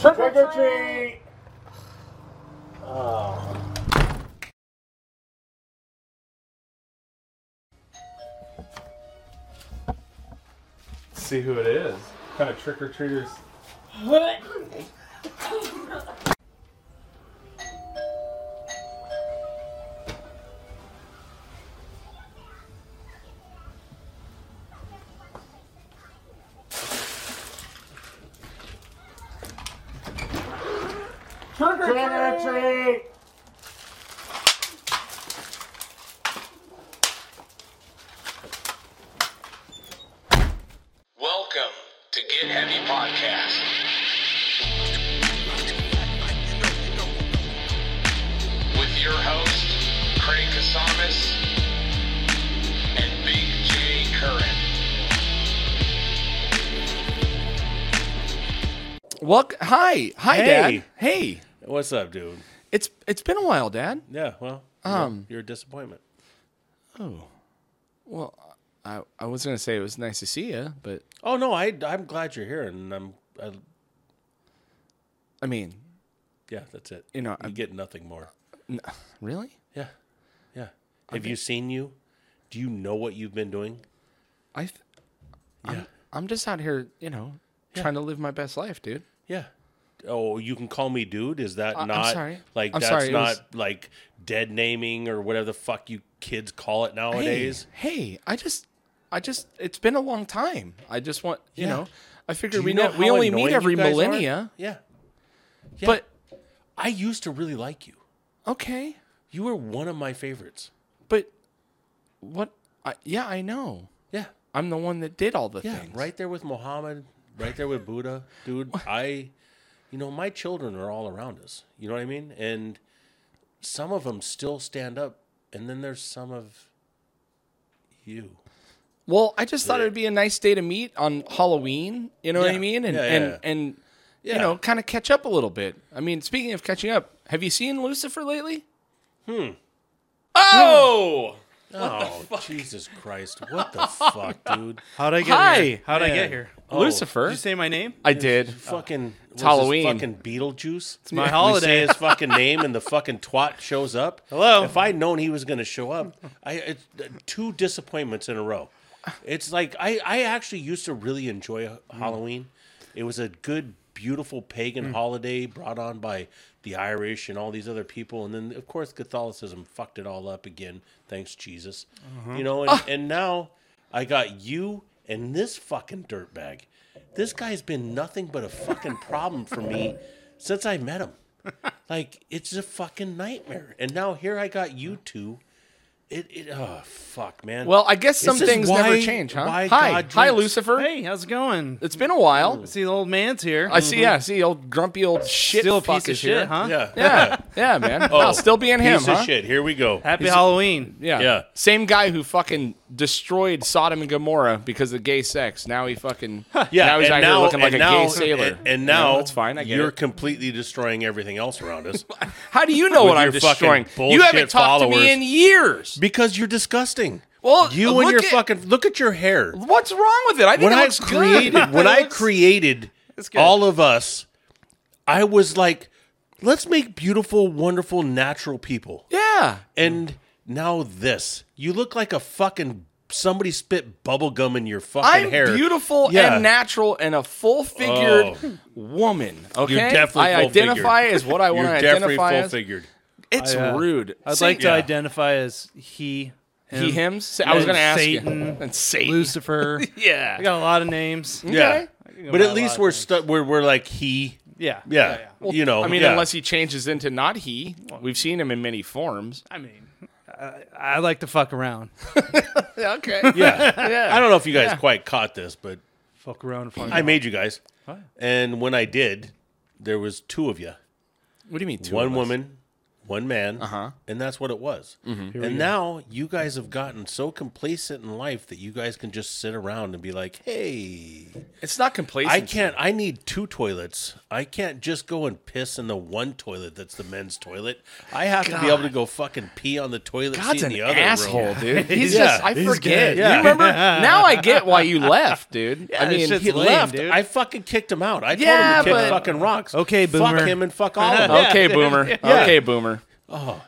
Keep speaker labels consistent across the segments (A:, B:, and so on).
A: Trick or treat! Oh.
B: See who it is. kind of trick or treaters.
A: Trick or treat!
C: Welcome to Get Heavy Podcast. With your host, Craig Kasamis and Big J Curran.
D: Well, hi, hi,
E: Hey.
D: Dad. Hey,
E: What's up, dude?
D: it's it's been a while, Dad.
E: Yeah, well,
D: Um, oh.
E: um, you're a disappointment.
D: Well, I I was gonna say it was nice to see you, but
E: Oh no, I I'm glad you're here, and I'm I,
D: I mean,
E: yeah, that's it. Mm.
D: You know,
E: you
D: I'm-
E: get nothing more.
D: n- really,
E: Yeah, yeah. Have you seen you? Do you know what you've been doing?
D: I th-
E: Yeah,
D: I'm just out here, you know, trying to live my best life, dude.
E: yeah. Oh, you can call me dude. Is that
D: I- I'm
E: not
D: sorry.
E: like
D: I'm
E: that's
D: sorry, it
E: not
D: was-
E: like dead naming or whatever the fuck you kids call it
D: Hey,
E: nowadays?
D: hey, I just, I just, it's been a long time. I just want, you
E: Yeah.
D: know, I
E: Do
D: figured
E: you
D: we
E: know
D: know, we
E: how
D: only
E: annoying
D: meet
E: you
D: every
E: guys are?
D: millennia,
E: Yeah, Yeah.
D: but
E: I used to really like you.
D: okay,
E: You were one of my favorites.
D: but what? I, yeah, I know.
E: Yeah,
D: I'm the one that did all the
E: Yeah,
D: things.
E: right there with Mohammed, right there with Buddha, dude. I, you know, my children are all around us. You know what I mean? And some of them still stand up, and then there's some of you.
D: Well, I just thought it'd be a nice day to meet on Halloween. You know what I
E: Yeah.
D: mean? And
E: Yeah, yeah,
D: and and
E: Yeah.
D: you know, kind of catch up a little bit. I mean, speaking of catching up, have you seen Lucifer lately?
F: Oh!
E: oh, Jesus Christ! What the fuck, dude?
F: How'd I get
D: Hi.
F: here? How'd I
E: Man.
F: get here?
E: Oh,
D: Lucifer.
F: Did you say my name?
D: I did.
E: Fucking it's
D: Halloween.
E: Fucking Beetlejuice. It's
F: my
E: Say
F: holiday.
E: his fucking name, and the fucking twat shows up.
F: Hello.
E: If I'd known he was going to show up, I it's uh, two disappointments in a row. It's like I I actually used to really enjoy Halloween. It was a good, beautiful pagan holiday brought on by the Irish and all these other people, and then of course Catholicism fucked it all up again. Thanks Jesus, you know. And, and now I got you and this fucking dirtbag. This guy's been nothing but a fucking problem for me since I met him. Like it's a fucking nightmare. And now here I got you two. It it oh fuck man.
D: Well, I guess some
E: This is
D: things never
E: why-
D: change, huh?
E: why
D: Hi,
E: God
D: hi,
E: drinks.
D: Lucifer.
F: Hey, how's it going?
D: It's been a while.
F: See, the old man's here.
D: I
E: Mm-hmm.
D: see. Yeah, I see, old grumpy old shit
F: Still a
D: fuck
F: piece of
D: is
F: shit,
D: here.
F: huh?
E: yeah.
D: Yeah, yeah, man. Wow, still being him,
E: Oh, Piece
D: huh?
E: of shit. Here we go.
F: Happy Halloween.
D: Yeah.
E: Yeah.
D: same guy who fucking destroyed Sodom and Gomorrah because of gay sex. Now he fucking
E: Yeah,
D: Now he's
E: and
D: out here looking like
E: and
D: a
E: now-
D: gay sailor.
E: And,
D: You
E: and
D: know,
E: now
D: that's fine. I get
E: you're
D: it.
E: completely destroying everything else around us
D: How do you know
E: With
D: what I'm
E: your fucking
D: destroying? You
E: bullshit
D: haven't talked to
E: followers.
D: me in years.
E: because you're disgusting.
D: Well,
E: you and
D: look
E: your
D: at-
E: fucking look at your hair.
D: What's wrong with it? I think
E: when
D: it
E: I
D: looks
E: created
D: good.
E: when
D: It
E: I
D: looks-
E: created
F: good.
E: all of us, I was like, let's make beautiful, wonderful, natural people.
D: yeah,
E: And now this. You look like a fucking somebody spit bubble gum in your fucking
D: I'm
E: hair.
D: beautiful
E: Yeah. Oh.
D: and natural and a full-figured woman. Okay,
E: definitely
D: I
E: full-figured.
D: identify as what I
E: You're
D: want to
E: definitely
D: identify
E: full
D: as.
E: figured.
D: It's
F: I, uh,
D: rude.
F: I'd
D: Sa-
F: like to
E: yeah.
F: identify as he, him,
D: he him. Sa- I was
F: and
D: going to ask
F: Satan,
D: you. And Satan.
F: Lucifer.
D: Yeah.
F: I got a lot of names.
E: Yeah. But
F: go by
E: at
F: a lot
E: least
F: of
E: we're
F: things.
E: stuck we're we're like he.
F: Yeah.
E: Yeah. you know.
D: I mean,
E: yeah.
D: unless he changes into not he. We've seen him in many forms.
F: I mean, I, I like to fuck around.
D: Okay.
E: Yeah.
D: yeah.
E: I don't know if you guys quite caught this, but
F: Fuck around. Fuck
E: I made you guys. And when I did, there was two of you.
D: What do you mean? Two
E: one
D: of us?
E: woman, one man, uh-huh. and that's what it was.
D: Mm-hmm.
E: And now you guys have gotten so complacent in life that you guys can just sit around and be like, "Hey,
D: It's not complacent.
E: I can't. I need two toilets. I can't just go and piss in the one toilet that's the men's toilet. I have to be able to go fucking pee on the toilet
D: God's
E: seat in
D: an
E: the other
D: asshole,
E: room.
D: dude. He's
E: Yeah.
D: just I
B: He's
D: forget.
B: good.
D: You remember? now I get why you left, dude. I
F: that
D: mean,
F: shit's
D: he
F: lame,
D: left.
F: dude.
E: I fucking kicked him out. I
D: Yeah,
E: told him to
D: but-
E: kick fucking rocks.
F: Okay, boomer.
E: Fuck him and fuck all of them.
D: Okay, boomer. Okay, boomer.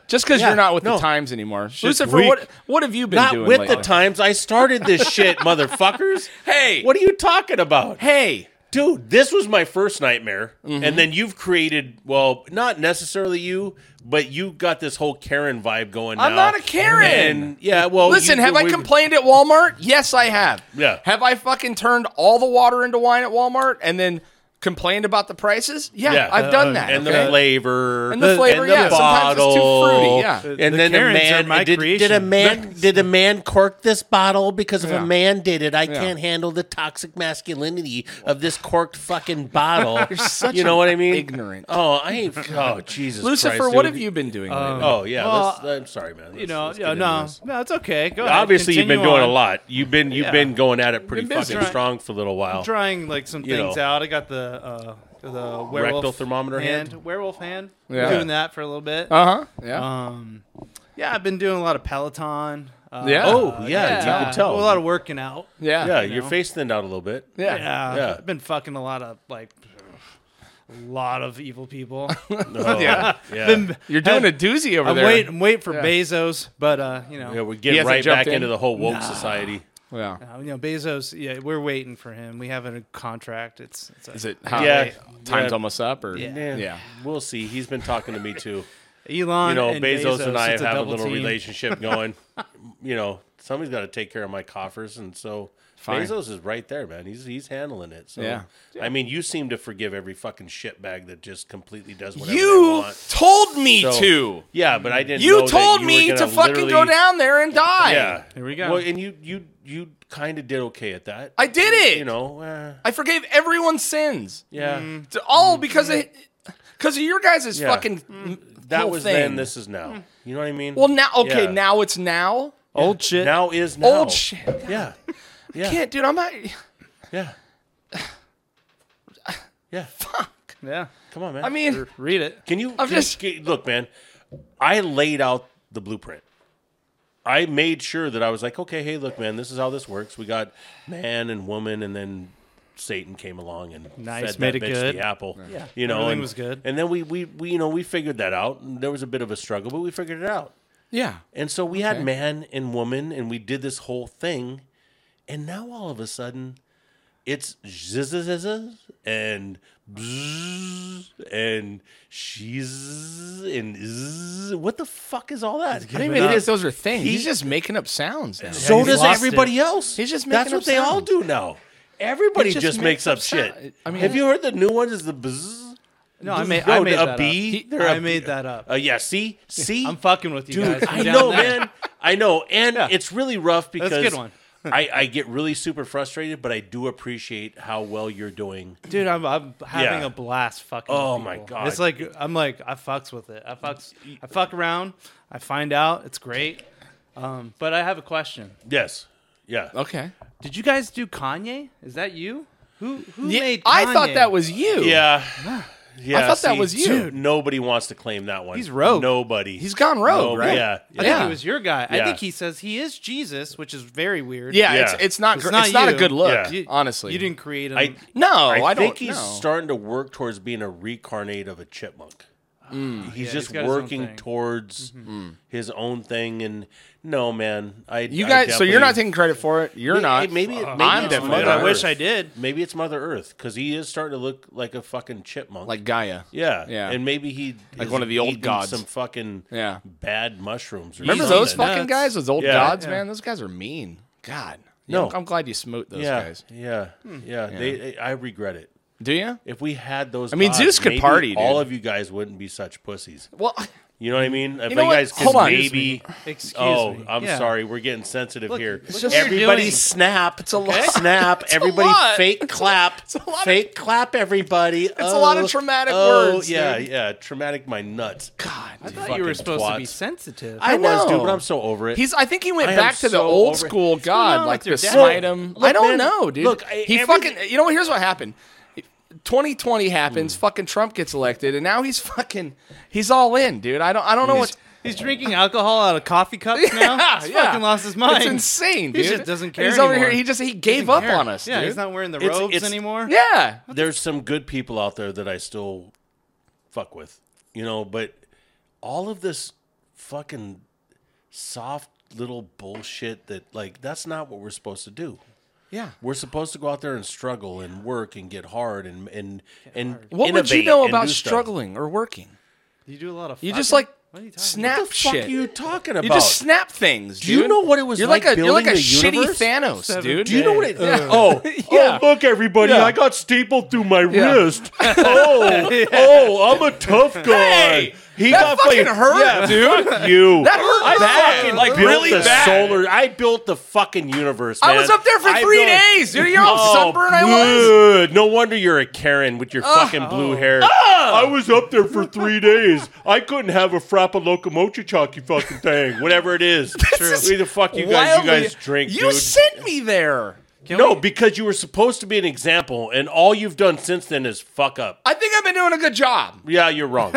D: just because
E: Oh. yeah,
D: you're not with
E: no.
D: the times anymore,
E: just
D: Lucifer.
E: weak.
D: What what have you been
E: Not
D: doing
E: with
D: lately?
E: the times. I started this shit, motherfuckers.
D: Hey.
E: what are you talking about?
D: Hey,
E: dude, this was my first nightmare,
D: Mm-hmm.
E: and then you've created. Well, not necessarily you, but you got this whole Karen vibe going.
D: I'm
E: now.
D: not a Karen.
E: And, yeah, well,
D: Listen,
E: Oh, you-
D: have I
E: we-
D: complained at Walmart? Yes, I have.
E: Yeah.
D: Have I fucking turned all the water into wine at Walmart and then complained about the prices? Yeah,
E: Yeah.
D: I've done that.
E: Uh, And
D: okay?
E: the flavor,
D: And the flavor, yeah. Sometimes it's too fruity, yeah.
F: The-
E: and
F: the
E: then
F: Karens
E: a man
F: are my
E: did,
F: creation.
E: did a man did a man cork this bottle because if
D: Yeah.
E: a man did it, I can't handle the toxic masculinity of this corked fucking bottle. You're
D: such
E: you know
D: an
E: what I mean?
D: ignorant.
E: Oh, I ain't. Oh, Jesus,
D: Lucifer,
E: Christ,
D: what
E: dude.
D: have you been doing? lately?
E: Oh yeah,
F: Well,
E: let's- I'm sorry, man.
F: you
E: Let's-
F: know,
E: let's get
F: yeah,
E: into
F: no,
E: this.
F: no, it's okay. Go ahead.
E: obviously you've been
F: Continue
E: doing
F: on.
E: a lot. You've been you've
F: Yeah.
E: been going at it pretty
D: Been busy.
E: fucking strong for a little while.
F: Trying like some
E: You
F: things
E: know.
F: out. I got the uh, the werewolf
E: thermometer hand? Oh,
F: werewolf hand.
D: Yeah.
F: Doing that for a little bit.
D: Uh huh. Yeah.
F: Um, yeah, I've been doing a lot of Peloton. Uh,
D: Yeah.
E: Oh yeah, you
F: uh,
E: can tell.
F: A lot of working out.
D: yeah.
E: yeah,
F: you
E: your
F: know.
E: face thinned out a little bit.
D: Yeah.
F: Yeah,
E: Yeah.
F: I've been fucking a lot of like a lot of evil people.
E: Oh, yeah, yeah.
F: Been-
D: You're doing a doozy over
F: I'm
D: there.
F: waiting, I'm waiting for Bezos, but uh, you know,
E: we
D: He
E: get
D: hasn't
E: right
D: jumped
E: back
D: in?
E: into the whole woke society.
D: Yeah.
F: uh, you know, Bezos. Yeah, we're waiting for him. We have a contract. It's, it's a,
D: Is it? How,
E: Yeah.
D: Time's
E: Yeah.
D: almost up, or
F: Yeah.
E: Man,
D: Yeah.
E: we'll see. He's been talking to me too.
F: Elon?
E: You know,
F: and
E: Bezos, and I
F: it's
E: have a
F: double
E: little
F: team.
E: relationship going. you know, somebody's got to take care of my coffers, and so
D: Fine.
E: Bezos is right there, man. He's he's handling it. So
D: Yeah.
E: I mean, you seem to forgive every fucking shitbag that just completely does whatever they
D: You
E: want.
D: told me
E: So-
D: to.
E: Yeah, but I didn't. know
D: You
E: that
D: told
E: you were
D: me to
E: gonna
D: fucking go
E: literally-
D: down there and die.
E: Yeah,
F: Here we go.
E: Well, and you you you kind of did okay at that.
D: I did Mm, it.
E: You know. Uh,
D: I forgave everyone's sins.
E: yeah.
D: It's all because of because of your guys'
E: Mm, Yeah.
D: fucking
E: That
D: whole
E: was
D: thing. Mm.
E: then. This is now. You know what I mean?
D: well now okay
E: Yeah.
D: now it's now
F: Old shit.
E: Now is now.
D: old shit.
E: Yeah. Yeah.
D: Can't dude I'm not
E: Yeah. Yeah.
D: fuck.
F: Yeah,
E: Come on, man.
D: I mean
F: read it.
E: can you?
D: I'm
E: can-
D: just-
E: can- look, man. I laid out the blueprint. I made sure that I was like, okay, hey, look, man, this is how this works. We got man and woman, and then Satan came along and
F: Nice,
E: fed
F: made
E: that
F: it
E: bitch
F: good.
E: the apple.
F: Yeah.
E: you know,
F: Everything
E: and-
F: was good.
E: And then we, we, we, you know, we figured that out. And there was a bit of a struggle, but we figured it out.
D: yeah
E: And so we had man and woman, and we did this whole thing. And now all of a sudden, it's zzz and bzzz and she's and zzz. What the fuck is all that?
D: I didn't even
E: It
D: think
E: is-
D: those are things.
E: He-
D: He's just making up sounds now.
E: so
F: he's
E: does
F: lost
E: everybody else.
D: He's just
E: that's
D: making
E: what
D: up
E: they all
D: sounds.
E: do now. Everybody
D: He
E: just,
D: just
E: makes,
D: makes
E: up
D: up
E: shit.
D: sound- I mean-
E: have you heard the new one? Is the bzzz?
F: No, I made,
E: No,
F: I made
E: a
F: that
E: bee?
F: Up.
E: They're a
F: I made
E: bee.
F: that up.
E: Uh, yeah. See, see,
F: I'm fucking with you guys.
E: dude.
F: I'm
E: I
F: down
E: know,
F: there.
E: man. I know, and
F: Yeah.
E: it's really rough
F: a
E: because
F: good one.
E: I, I get really super frustrated, but I do appreciate how well you're doing.
F: dude. I'm, I'm having
E: Yeah.
F: a blast fucking.
E: Oh
F: with
E: my
F: people.
E: God.
F: It's like I'm like I fucks with it. I fucks. I fuck around. I find out it's great. Um, but I have a question.
E: Yes. Yeah.
D: Okay.
F: Did you guys do Kanye? Is that you? Who who made? Kanye?
D: I thought that was you.
E: Yeah. Yeah.
D: I thought that was you.
E: dude, Nobody wants to claim that one.
F: He's rogue.
E: Nobody.
D: He's gone rogue,
E: Nobody-
D: right?
E: Yeah.
F: I
E: yeah.
F: think it was your guy. I
E: Yeah.
F: think he says he is Jesus, which is very weird.
D: Yeah,
E: Yeah.
D: it's it's not
F: It's
D: gr-
F: not
D: it's not a
F: you.
D: good look,
E: Yeah.
F: You-
D: honestly.
F: you didn't create him.
E: I,
D: No, I,
E: I,
D: don't
E: think he's
D: know.
E: starting to work towards being a reincarnate of a chipmunk. he's
F: Yeah,
E: just
F: he's got his own
E: working
F: thing.
E: towards his own thing, and no, man, I
D: You
E: I
D: guys, so you're not
E: definitely-
D: taking credit for it. You're
E: Hey,
D: not.
E: hey, Maybe, maybe
D: I'm
E: it's
D: definitely
E: Mother
D: not.
F: I wish
E: Earth.
F: I did.
E: Maybe it's Mother Earth because he is starting to look like a fucking chipmunk.
D: like Gaia.
E: yeah,
D: yeah.
E: and maybe he
D: Like
E: is
D: one of the old
E: eating
D: gods.
E: Some fucking
D: Yeah.
E: bad mushrooms. Or
D: Remember
E: something.
D: those
F: Something.
D: fucking
F: Nuts.
D: guys? Those old
E: Yeah.
D: gods,
E: Yeah.
D: man. Those guys are mean. God. You
E: No.
D: know, I'm glad you smote those
E: Yeah,
D: guys. Hmm.
E: yeah, yeah. They, they- I regret it.
D: Do you?
E: If we had those, I
D: mean, Zeus could party, dude.
E: All of you guys wouldn't be such pussies.
D: Well,
E: You know what I mean? If
D: You know
E: you
D: what?
E: guys could
D: Hold on.
E: maybe.
F: Excuse
E: oh,
F: me.
E: I'm
F: Yeah.
E: sorry. We're getting sensitive here.
F: look what you're
E: Everybody
F: doing.
E: snap. It's a lot. Snap.
D: a
E: everybody
D: lot.
E: fake clap.
D: a lot of-
E: fake clap. Everybody. It's
D: a lot of traumatic words,
E: Yeah,
D: dude.
E: yeah. Traumatic. My nuts.
D: God.
F: I thought you
E: fucking
F: were supposed to be
E: twats.
F: sensitive.
E: I,
F: I,
E: was, dude,
B: know.
E: but I'm so over it.
D: He's. I think he went
E: I am
D: back to the
E: so
D: old
E: over-
D: school
F: on
D: god, like
F: with your
D: the
F: dad?
D: smite him. I don't
E: man,
D: know, dude.
E: look, I-
D: he
E: everything-
D: fucking. You know, here's what happened. 2020
F: Hmm.
D: happens. Fucking Trump gets elected, and now he's fucking. He's all in, dude. I don't. I don't know what's. Ah,
F: He's drinking alcohol out of coffee cups now. He's fucking lost his mind.
D: It's insane, dude.
F: He just doesn't
D: And
F: care
D: He's over
F: anymore.
D: here. He just he
F: He
D: gave
F: doesn't
D: up
F: care.
D: on us,
F: Yeah,
D: dude.
F: he's not wearing the
E: It's-
F: robes
E: it's-
F: anymore.
D: yeah.
E: There's some good people out there that I still fuck with, you know, but all of this fucking soft little bullshit that, like, that's not what we're supposed to do.
D: Yeah.
E: We're supposed to go out there and struggle and work and get hard and and and
D: What would you
E: innovate
D: know
E: and
D: about
E: do stuff.
D: struggling or working?
F: You do a lot of.
D: You just
F: fucking-
D: like
F: What are you talking
D: snap
E: What the fuck
D: shit.
E: are you talking about?
D: You just snap things.
E: Do you
D: dude.
E: know what it was
D: You're like,
E: like
D: a you're like a
E: building the
D: shitty
E: universe?
D: Thanos,
F: Seven
D: dude.
E: Do you know what it? Oh,
D: Yeah.
E: oh, look, everybody!
D: Yeah.
E: I got stapled through my
D: Yeah.
E: wrist. Oh, oh, I'm a tough guy.
D: Hey,
E: he
D: that fucking hurt,
E: dude. Fuck you.
D: That hurt
E: I
D: bad,
E: fucking
D: like,
E: built
D: really
E: the
D: bad.
E: Solar. I built the fucking universe. Man.
D: I was up there for
E: I
D: three
E: built-
D: days, dude. You're all
E: Oh,
D: sunburned. I was.
E: good. No wonder you're a Karen with your fucking blue hair. I was up there for three days. I couldn't have a frappa locomotion chalky fucking thing. Whatever it is.
D: is
E: Who the fuck you guys you
D: Wildly-
E: guys drink,
D: You
E: dude.
D: sent me there.
E: no,
D: e-
E: because you were supposed to be an example, and all you've done since then is fuck up.
D: I think I've been doing a good job.
E: Yeah, you're wrong.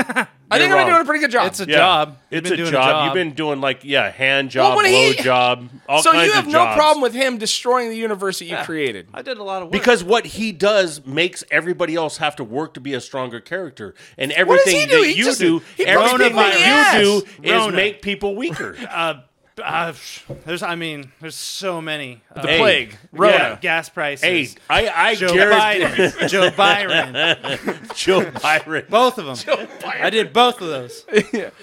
D: I think
E: You're
D: I've been
E: wrong.
D: doing a pretty good job.
F: It's a
E: Yeah.
F: job. You've
E: It's
F: been
E: a
F: doing
E: job.
F: a
E: You've
F: job.
E: been doing like yeah, hand job,
D: when
E: blow
D: he-
E: job, all
D: so
E: kinds
D: you have
E: of
D: no
E: jobs.
D: problem with him destroying the universe that you created.
F: I did a lot of work.
E: Because what he does makes everybody else have to work to be a stronger character, and
D: does he
E: everything
D: do?
E: that
D: He
E: you
D: just-
E: do,
D: he punches
E: everything
D: people in the
E: that you
D: ass.
E: do, is
F: Rona.
E: make people weaker.
F: uh, uh, there's, I mean, there's so many. Uh,
D: The plague, Rona.
F: yeah, gas prices.
E: hey, I, I
F: Joe
E: guarantee
F: Biden, Joe Byron,
E: Joe Byron.
F: both of them. I did both of those.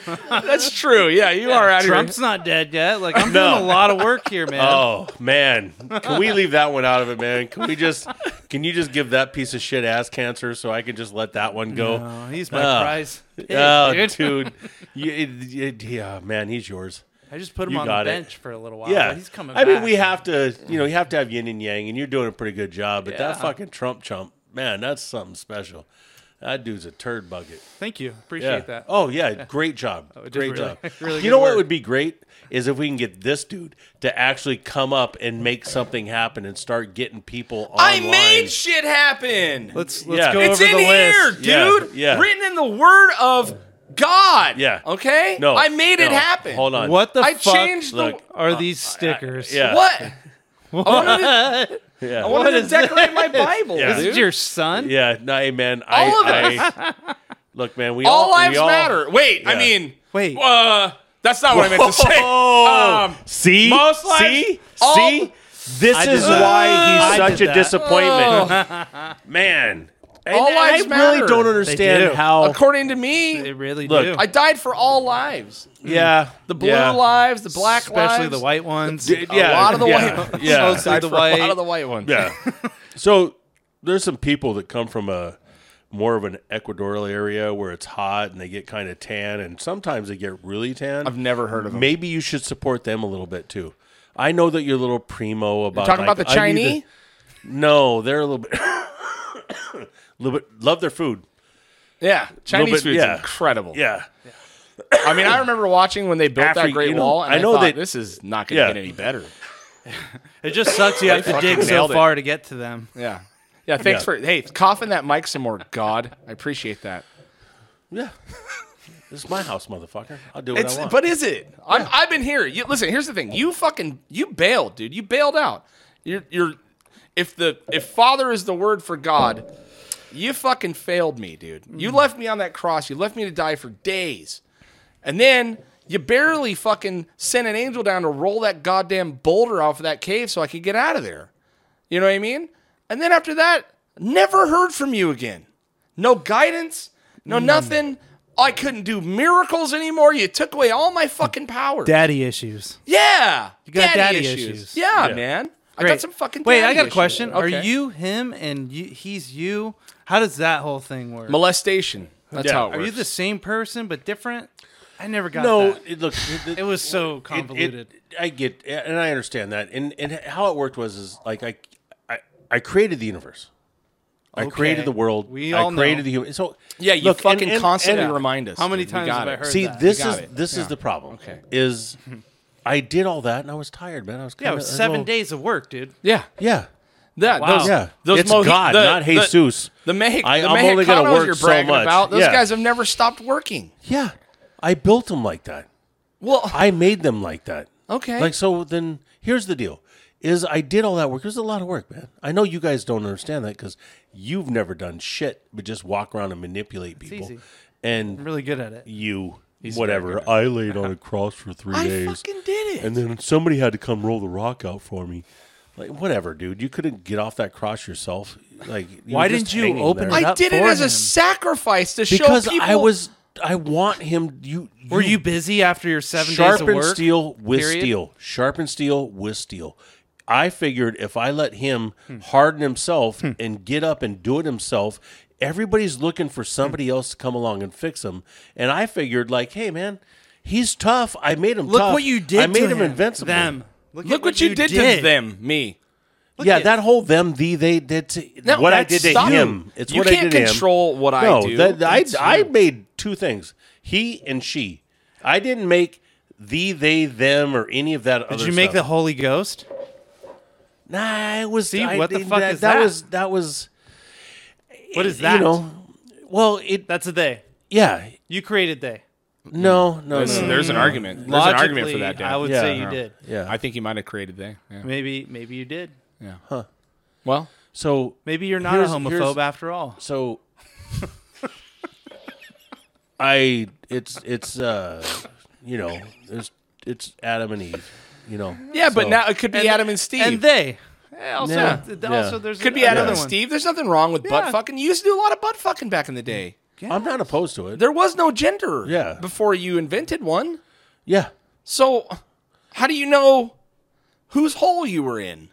D: That's true. Yeah, you are out
F: Trump's not dead yet. Like I'm doing a lot of work here, man.
E: Oh man, can we leave that one out of it, man? Can we just, can you just give that piece of shit ass cancer so I can just let that one go?
F: Oh, he's my
E: Oh.
F: prize. pick,
E: Oh,
F: dude.
E: dude, You- it- it- yeah, man, he's yours.
F: I just put him
E: You
F: on
E: got
F: the
E: it.
F: bench for a little while.
E: Yeah,
F: but he's coming.
E: I mean,
F: back.
E: we have to, you know, you have to have yin and yang, and you're doing a pretty good job. But that fucking Trump chump, man, that's something special. That dude's a turd bucket.
F: Thank you.
E: Yeah.
F: Appreciate that.
E: Oh yeah, great job.
D: Oh,
F: it did
E: great
F: really-
E: job.
F: really
E: you
F: good
E: know what
F: work.
E: would be great is if we can get this dude to actually come up and make something happen and start getting people
D: I
E: online.
D: made shit happen.
F: Let's let's
E: Yeah.
F: go
D: it's
F: over
D: in
F: the
D: here,
F: list.
E: Yeah,
D: dude.
E: yeah.
D: Written in the word of God.
E: Yeah.
D: Okay?
E: No,
D: I made it
E: no,
D: happen.
E: Hold on.
F: What the
D: I
F: fuck
D: changed the
E: Look.
F: are these stickers?
E: uh, Yeah.
D: what? I wanted to,
E: Yeah.
D: I wanted to
F: is that?
D: decorate my Bible.
E: Yeah.
F: Is
D: dude.
F: it your son?
E: Yeah. No, hey, man. I,
D: All of
E: I, look, man. We all,
D: all
E: we
D: lives
E: all-
D: matter. Wait, I
E: Yeah.
D: mean,
F: Wait.
D: uh, that's not what I meant to say.
E: Oh,
D: Um,
E: see,
D: most lives-
E: see,
D: all-
E: see. This
F: I did
E: is
F: that.
E: why he's
F: I
E: such
F: did
E: a
F: that.
E: disappointment, man. And
D: Oh. All lives
E: I
D: matter.
E: really don't
D: They
E: understand
F: do.
E: how.
D: According to me,
F: They really
E: Look,
F: do.
D: I died for all lives.
E: yeah,
D: The blue
E: yeah.
D: lives, the black
F: Especially
D: lives,
F: the white ones.
E: D-
D: a lot of the
E: yeah,
D: white,
E: yeah,
F: Mostly the
D: For a lot
F: white.
D: of the white ones.
E: yeah. So there's some people that come from a more of an equatorial area where it's hot and they get kind of tan, and sometimes they get really tan.
D: I've never heard of them.
E: Maybe you should support them a little bit too. I know that you're a little primo about
D: Talking
E: like,
D: about the
E: I need to-
D: Chinese.
E: No, they're a little bit, little bit love their food.
D: Yeah, Chinese
E: bit-
D: food's
E: yeah.
D: incredible.
E: Yeah,
D: I mean, I remember watching when they built
E: Afri-
D: that Great
E: you know,
D: Wall, and
E: I
D: I,
E: know
D: know
E: that-
D: that this is not going to
E: Yeah.
D: get any better.
F: It just sucks you have to
D: fucking
F: dig so
D: nailed it.
F: far to get to them.
D: Yeah, yeah. Thanks
E: Yeah.
D: for hey, coughing that mic some more, God. I appreciate that.
E: yeah. this is my house, motherfucker. I'll do what
D: It's
E: I want.
D: but is it? I'm, I've been here. You, listen, here's the thing. You fucking you bailed, dude. You bailed out. You're you're if the if Father is the word for God, you fucking failed me, dude. You left me on that cross. You left me to die for days, and then you barely fucking sent an angel down to roll that goddamn boulder off of that cave so I could get out of there. You know what I mean? And then after that, never heard from you again. No guidance, no nothing. I couldn't do miracles anymore. You took away all my fucking power.
F: Daddy issues.
D: yeah. You
F: got daddy issues.
D: Yeah, man. I
F: Great.
D: got some fucking
F: Wait, I
D: daddy
F: got a
D: issues.
F: question. Are
D: Okay.
F: you him and you, he's you? How does that whole thing work?
D: molestation? That's
E: Yeah.
D: how it
E: Are
D: works.
F: Are you the same person but different? I never got
E: no,
F: that.
E: it, look, it,
F: It was so
E: it- it-
F: convoluted.
E: I get, and I understand that. And and how it worked was is like I, I, I created the universe. I created
F: Okay.
E: the world.
F: We
E: I
F: all
E: created
F: know.
E: the human. So
D: Yeah, you
E: look, and-
D: fucking
E: and- and-
D: constantly
F: yeah.
D: remind us.
F: How many
D: dude. We
F: times
D: got
F: have I
D: it.
F: heard
E: See,
F: that?
E: this
D: You got
E: is
D: it.
E: this is the problem.
D: Okay.
E: Is I did all that and I was tired, man. I was
F: Yeah,
E: kinda,
F: it was
E: I
F: seven
E: know.
F: days of work, dude.
D: Yeah,
E: Yeah.
D: yeah.
F: Wow.
D: Those,
E: Yeah.
D: Oh. those
E: it's
D: Mohi-
E: God,
D: the-
E: not
D: the-
E: Jesus.
D: The, Mexic-
E: I-
D: the
E: I'm only gonna
D: Mexicanos
E: work
D: you're
E: so
D: bragging
E: much.
D: about, those
E: Yeah.
D: guys have never stopped working.
E: Yeah. I built them like that.
D: Well,
E: I made them like that.
D: okay.
E: Like so then here's the deal. Is I did all that work. It was a lot of work, man. I know you guys don't understand that because you've never done shit but just walk around and manipulate people.
F: easy.
E: And
F: I'm really good at it.
E: you whatever. I laid on a cross for three
D: I
E: days.
D: fucking did it.
E: and then somebody had to come roll the rock out for me. Like whatever, dude. You couldn't get off that cross yourself. Like you
F: Why
E: were just
F: didn't you
E: hanging
F: open
E: there.
F: it up?
D: I did it
F: for
D: as a
F: him.
D: sacrifice to
E: Because
D: show people.
E: I was. I want him. You
F: Were you busy after your seven days
E: sharpen
F: of work?
E: steel with
F: period?
E: steel. Sharpen steel with steel. I figured if I let him harden himself
F: Hmm.
E: and get up and do it himself, everybody's looking for somebody
F: Hmm.
E: else to come along and fix him. And I figured, like, hey, man, he's tough. I made him
F: Look
E: tough.
F: what you did.
E: I made
F: to
E: him,
F: him
E: invincible.
F: Them.
D: Look what you, did, to them, me.
E: yeah,
F: at-
E: that whole them, the, they, that's
D: No,
E: what I
D: that's-
E: did to
D: stop.
E: him. It's
D: You
E: what I
D: can't
E: did to him.
D: control what I
E: no,
D: do.
E: That, I,
D: It's
E: I
D: you.
E: made two things he and she. I didn't make the, they, them, or any of that other
F: Did you make the
E: stuff.
F: Holy Ghost?
E: the. Nah, it was.
F: See,
E: I
F: what the
E: did-
F: fuck
E: that,
F: is
E: that?
F: that?
E: was. That was.
F: What is that?
E: You know, well, it.
F: That's a day.
E: Yeah.
F: You created day.
E: No, no,
D: There's,
E: no.
D: there's an argument. There's an argument for
F: Logically,
D: that. Dan.
F: I would
E: Yeah.
F: say you did.
E: Yeah.
D: I think you might have created that. Yeah.
F: Maybe, maybe you did.
D: Well,
E: so,
F: Maybe you're not
E: Here's-
F: a
E: here's-
F: homophobe after all.
E: so. I. It's. It's. uh You know. There's. It's Adam and Eve. You know.
D: yeah, but
E: So-
D: now it could be Adam and Steve.
F: And they. Eh, Also,
E: Yeah.
F: th-
E: Yeah.
F: also there's
D: could be Adam
F: another
D: and
F: one.
D: Steve. There's nothing wrong with butt
F: Yeah.
D: fucking. You used to do a lot of butt fucking back in the day.
E: I'm not opposed to it.
D: There was no gender
E: Yeah.
D: before you invented one.
E: yeah.
D: So, how do you know whose hole you were in?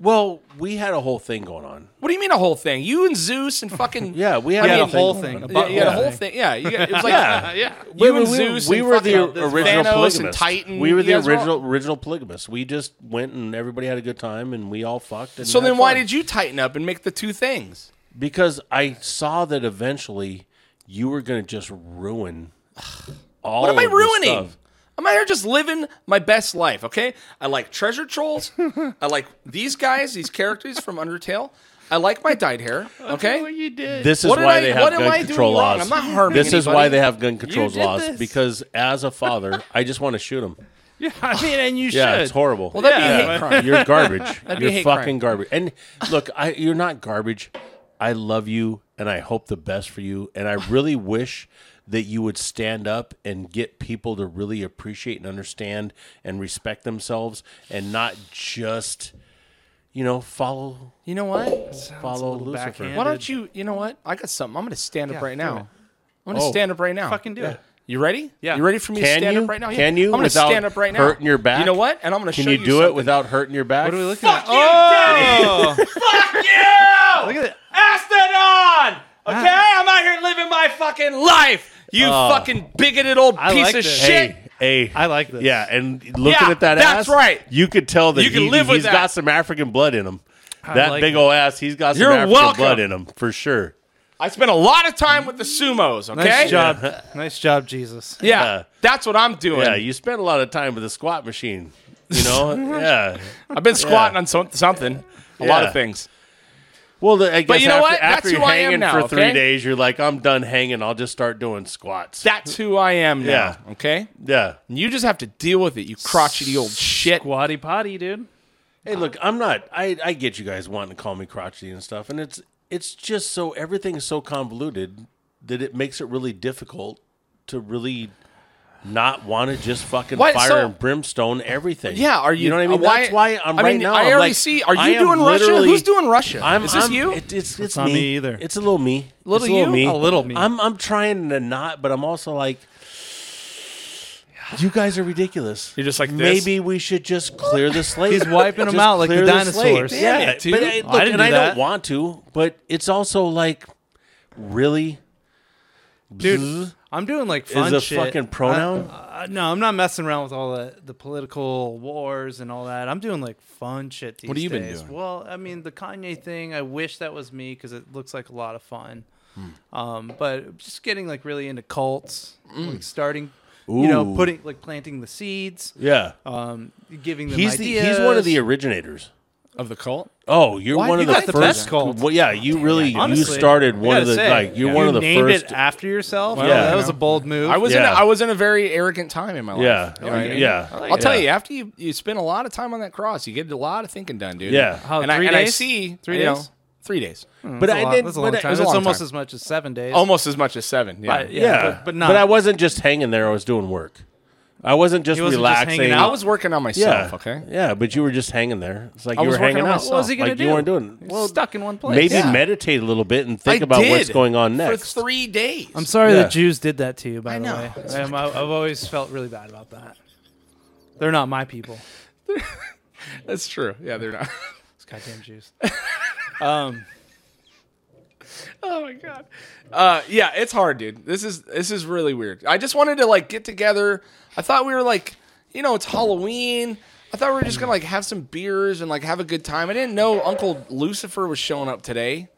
E: Well, we had a whole thing going on.
D: What do you mean a whole thing? You and Zeus and fucking
E: Yeah, we had,
F: I mean,
E: a,
F: a whole
E: going
F: thing.
E: on.
F: A
D: Yeah,
F: butt
D: you had a
E: Yeah.
D: whole thing. Yeah, you got, it was like
E: Yeah.
D: yeah.
E: We
D: You
E: were,
D: and
E: we,
D: Zeus
E: we
D: and
E: were
D: fucking
E: the
D: Thanos
E: original
D: and
E: polygamists.
D: Titan.
E: We were the
D: You guys all-
E: original original polygamists. We just went and everybody had a good time and we all fucked. And
D: So
E: had
D: then, why
E: fun.
D: did you tighten up and make the two things?
E: Because I saw that eventually you were going to just ruin all.
D: What am I
E: of this
D: ruining?
E: stuff.
D: I'm out here just living my best life. Okay, I like treasure trolls. I like these guys, these characters from Undertale. I like my dyed hair. Okay,
F: What you did.
E: This is
D: What did
E: why
D: I-
E: they
D: what
E: have
D: am
E: gun
D: I doing
E: control
D: wrong?
E: laws.
D: I'm not harming
E: This is why
D: anybody.
E: they have gun control
F: did
E: laws
F: this.
E: because as a father, I just want to shoot them.
F: Yeah, I mean, and you
E: Yeah,
F: should.
E: it's horrible.
D: well, that'd
F: Yeah.
D: be a hate crime.
E: You're garbage.
D: be
E: you're
D: hate
E: fucking
D: crime.
E: garbage. And look, I you're not garbage. I love you and I hope the best for you. And I really wish that you would stand up and get people to really appreciate and understand and respect themselves and not just you know, follow
D: You know what?
E: follow
F: little
E: Lucifer.
F: backhanded.
D: Why don't you? You know what? I got something. I'm gonna stand up
F: Yeah,
D: right
F: do
D: now.
F: it.
D: I'm gonna
E: Oh.
D: stand up right now.
F: Fucking do it.
D: You ready?
F: Yeah.
D: You ready for me to
E: Can
D: stand
E: you?
D: up right now? Yeah.
E: Can you
D: I'm gonna
E: without
D: stand up right now.
E: hurting your back?
D: You know what? And I'm gonna
E: Can
D: show
E: you
D: you
E: do it
D: something.
E: without hurting your back?
F: What are we looking at? oh!
D: Yeah!
F: Look at that.
E: Ah.
D: Astrodon! Okay, I'm out here living my fucking life. You
E: Oh.
D: fucking bigoted old
F: I
D: piece
F: like
D: of
F: this.
D: shit.
E: Hey, hey,
F: I like this.
E: Yeah, and looking
D: Yeah,
E: at that ass,
D: that's right.
E: You could tell that
D: You can
E: he,
D: live with
E: has
D: that.
E: got some African blood in him. That
F: like
E: big
F: that.
E: old ass, he's got some
D: You're
E: African
D: welcome.
E: blood in him for sure.
D: I spent a lot of time with the sumos. Okay.
F: Nice job. nice job, Jesus.
D: Yeah,
E: Yeah.
D: that's what I'm doing.
E: Yeah, you spend a lot of time with a squat machine. You know, yeah.
D: I've been squatting on some, something, a lot
E: Yeah.
D: of things.
E: Well, the- I guess
D: you know
E: after,
D: what? That's
E: after you're
D: who I am
E: hanging
D: now,
E: for three
D: okay?
E: days, you're like, I'm done hanging. I'll just start doing squats.
D: That's who I am now.
E: Yeah.
D: Okay.
E: yeah.
D: And you just have to deal with it. You crotchety old shit.
F: Squatty potty, dude.
E: Hey, look, I'm not. I I get you guys wanting to call me crotchety and stuff, and it's it's just so everything is so convoluted that it makes it really difficult to really not want to just fucking
D: Why-
E: fire
D: so-
E: and brimstone everything.
D: Yeah, are you? uh,
E: know what I mean?
D: Why,
E: That's why I'm
D: I
E: right
D: mean,
E: now.
D: I
E: I'm
D: already
E: like,
D: see. Are you
E: I am
D: doing Russia?
E: literally-
D: Who's doing Russia?
E: I'm,
D: Is this
E: I'm-
D: you?
E: It, it's it's
F: not
E: me.
F: me either.
E: It's a little me.
D: Little
E: it's a little me.
D: you?
F: A little me.
E: I'm I'm trying to not, but I'm also like. You guys are ridiculous.
D: You're just like this?
E: maybe we should just clear the slate.
F: He's wiping 'em
E: Just
F: out like the
E: clear slate.
F: dinosaurs.
E: Yeah,
F: Damn it, dude.
E: but I,
F: I
E: look,
F: didn't
E: and
F: do
E: I
F: that.
E: don't want to, but it's also like, really,
F: dude. I'm doing like fun
E: a
F: shit.
E: fucking pronoun?
F: I- I- no, I'm not messing around with all the the political wars and all that. I'm doing like fun shit these
D: What have you been
F: days.
D: doing?
F: Well, I mean the Kanye thing. I wish that was me because it looks like a lot of fun. Um, but just getting like really into cults, like starting, you know,
E: Ooh.
F: putting like planting the seeds,
E: Yeah.
F: um, giving them
E: he's the, he's one of the originators.
D: of the cult.
E: Oh, you're one
F: you
E: of the
F: got the
E: first.
F: best cult.
E: Well, yeah, you really
F: Honestly,
E: you started
F: I
E: one of
F: gotta
E: the
F: say,
E: like you're
F: you
E: one of the
F: named
E: first.
F: it after yourself.
D: yeah.
F: yeah, that was a bold move.
D: I was in a,
E: Yeah.
D: I was in a very arrogant time in my life.
E: yeah,
D: You know what I mean?
E: yeah.
D: I'll tell you, after you, you spend a lot of time on that cross, you get a lot of thinking done, dude.
E: Yeah.
F: How,
D: and, I,
F: Oh, three
D: and I
F: days?
D: see
F: Three
D: you know,
F: days?
D: three days,
E: But I did.
F: That's a long
E: But
F: time.
E: I,
F: It's
D: a long
F: almost
D: time.
F: as much as seven days.
D: almost as much as seven. Yeah,
F: But- yeah,
E: Oh yeah,
F: but, but not.
E: I wasn't just hanging there. I was doing work. I wasn't just
F: He wasn't just
E: relaxing.
F: hanging out.
D: I was working on myself.
E: yeah.
D: Okay,
E: Yeah, but you were just hanging there. It's like
D: I
E: you
D: was
E: were
D: working
E: hanging
D: on
E: out.
D: myself.
F: What was he gonna
E: like
F: do?
E: you weren't doing.
F: He's
E: Well,
F: stuck in one place.
E: maybe
D: Yeah.
E: meditate a little bit and think
D: I
E: about what's
D: did
E: going on
D: for
E: next.
D: three days.
F: I'm sorry
E: Yeah.
F: the Jews did that to you. By the
D: know.
F: way, I am, I, have always felt really bad about that. They're not my people.
D: That's true. Yeah, they're not.
F: It's goddamn Jews. um,
D: oh my god. Uh, yeah, it's hard, dude. This is this is really weird. I just wanted to like get together. I thought we were like, you know, it's Halloween. I thought we were just gonna like have some beers and like have a good time. I didn't know Uncle Lucifer was showing up today.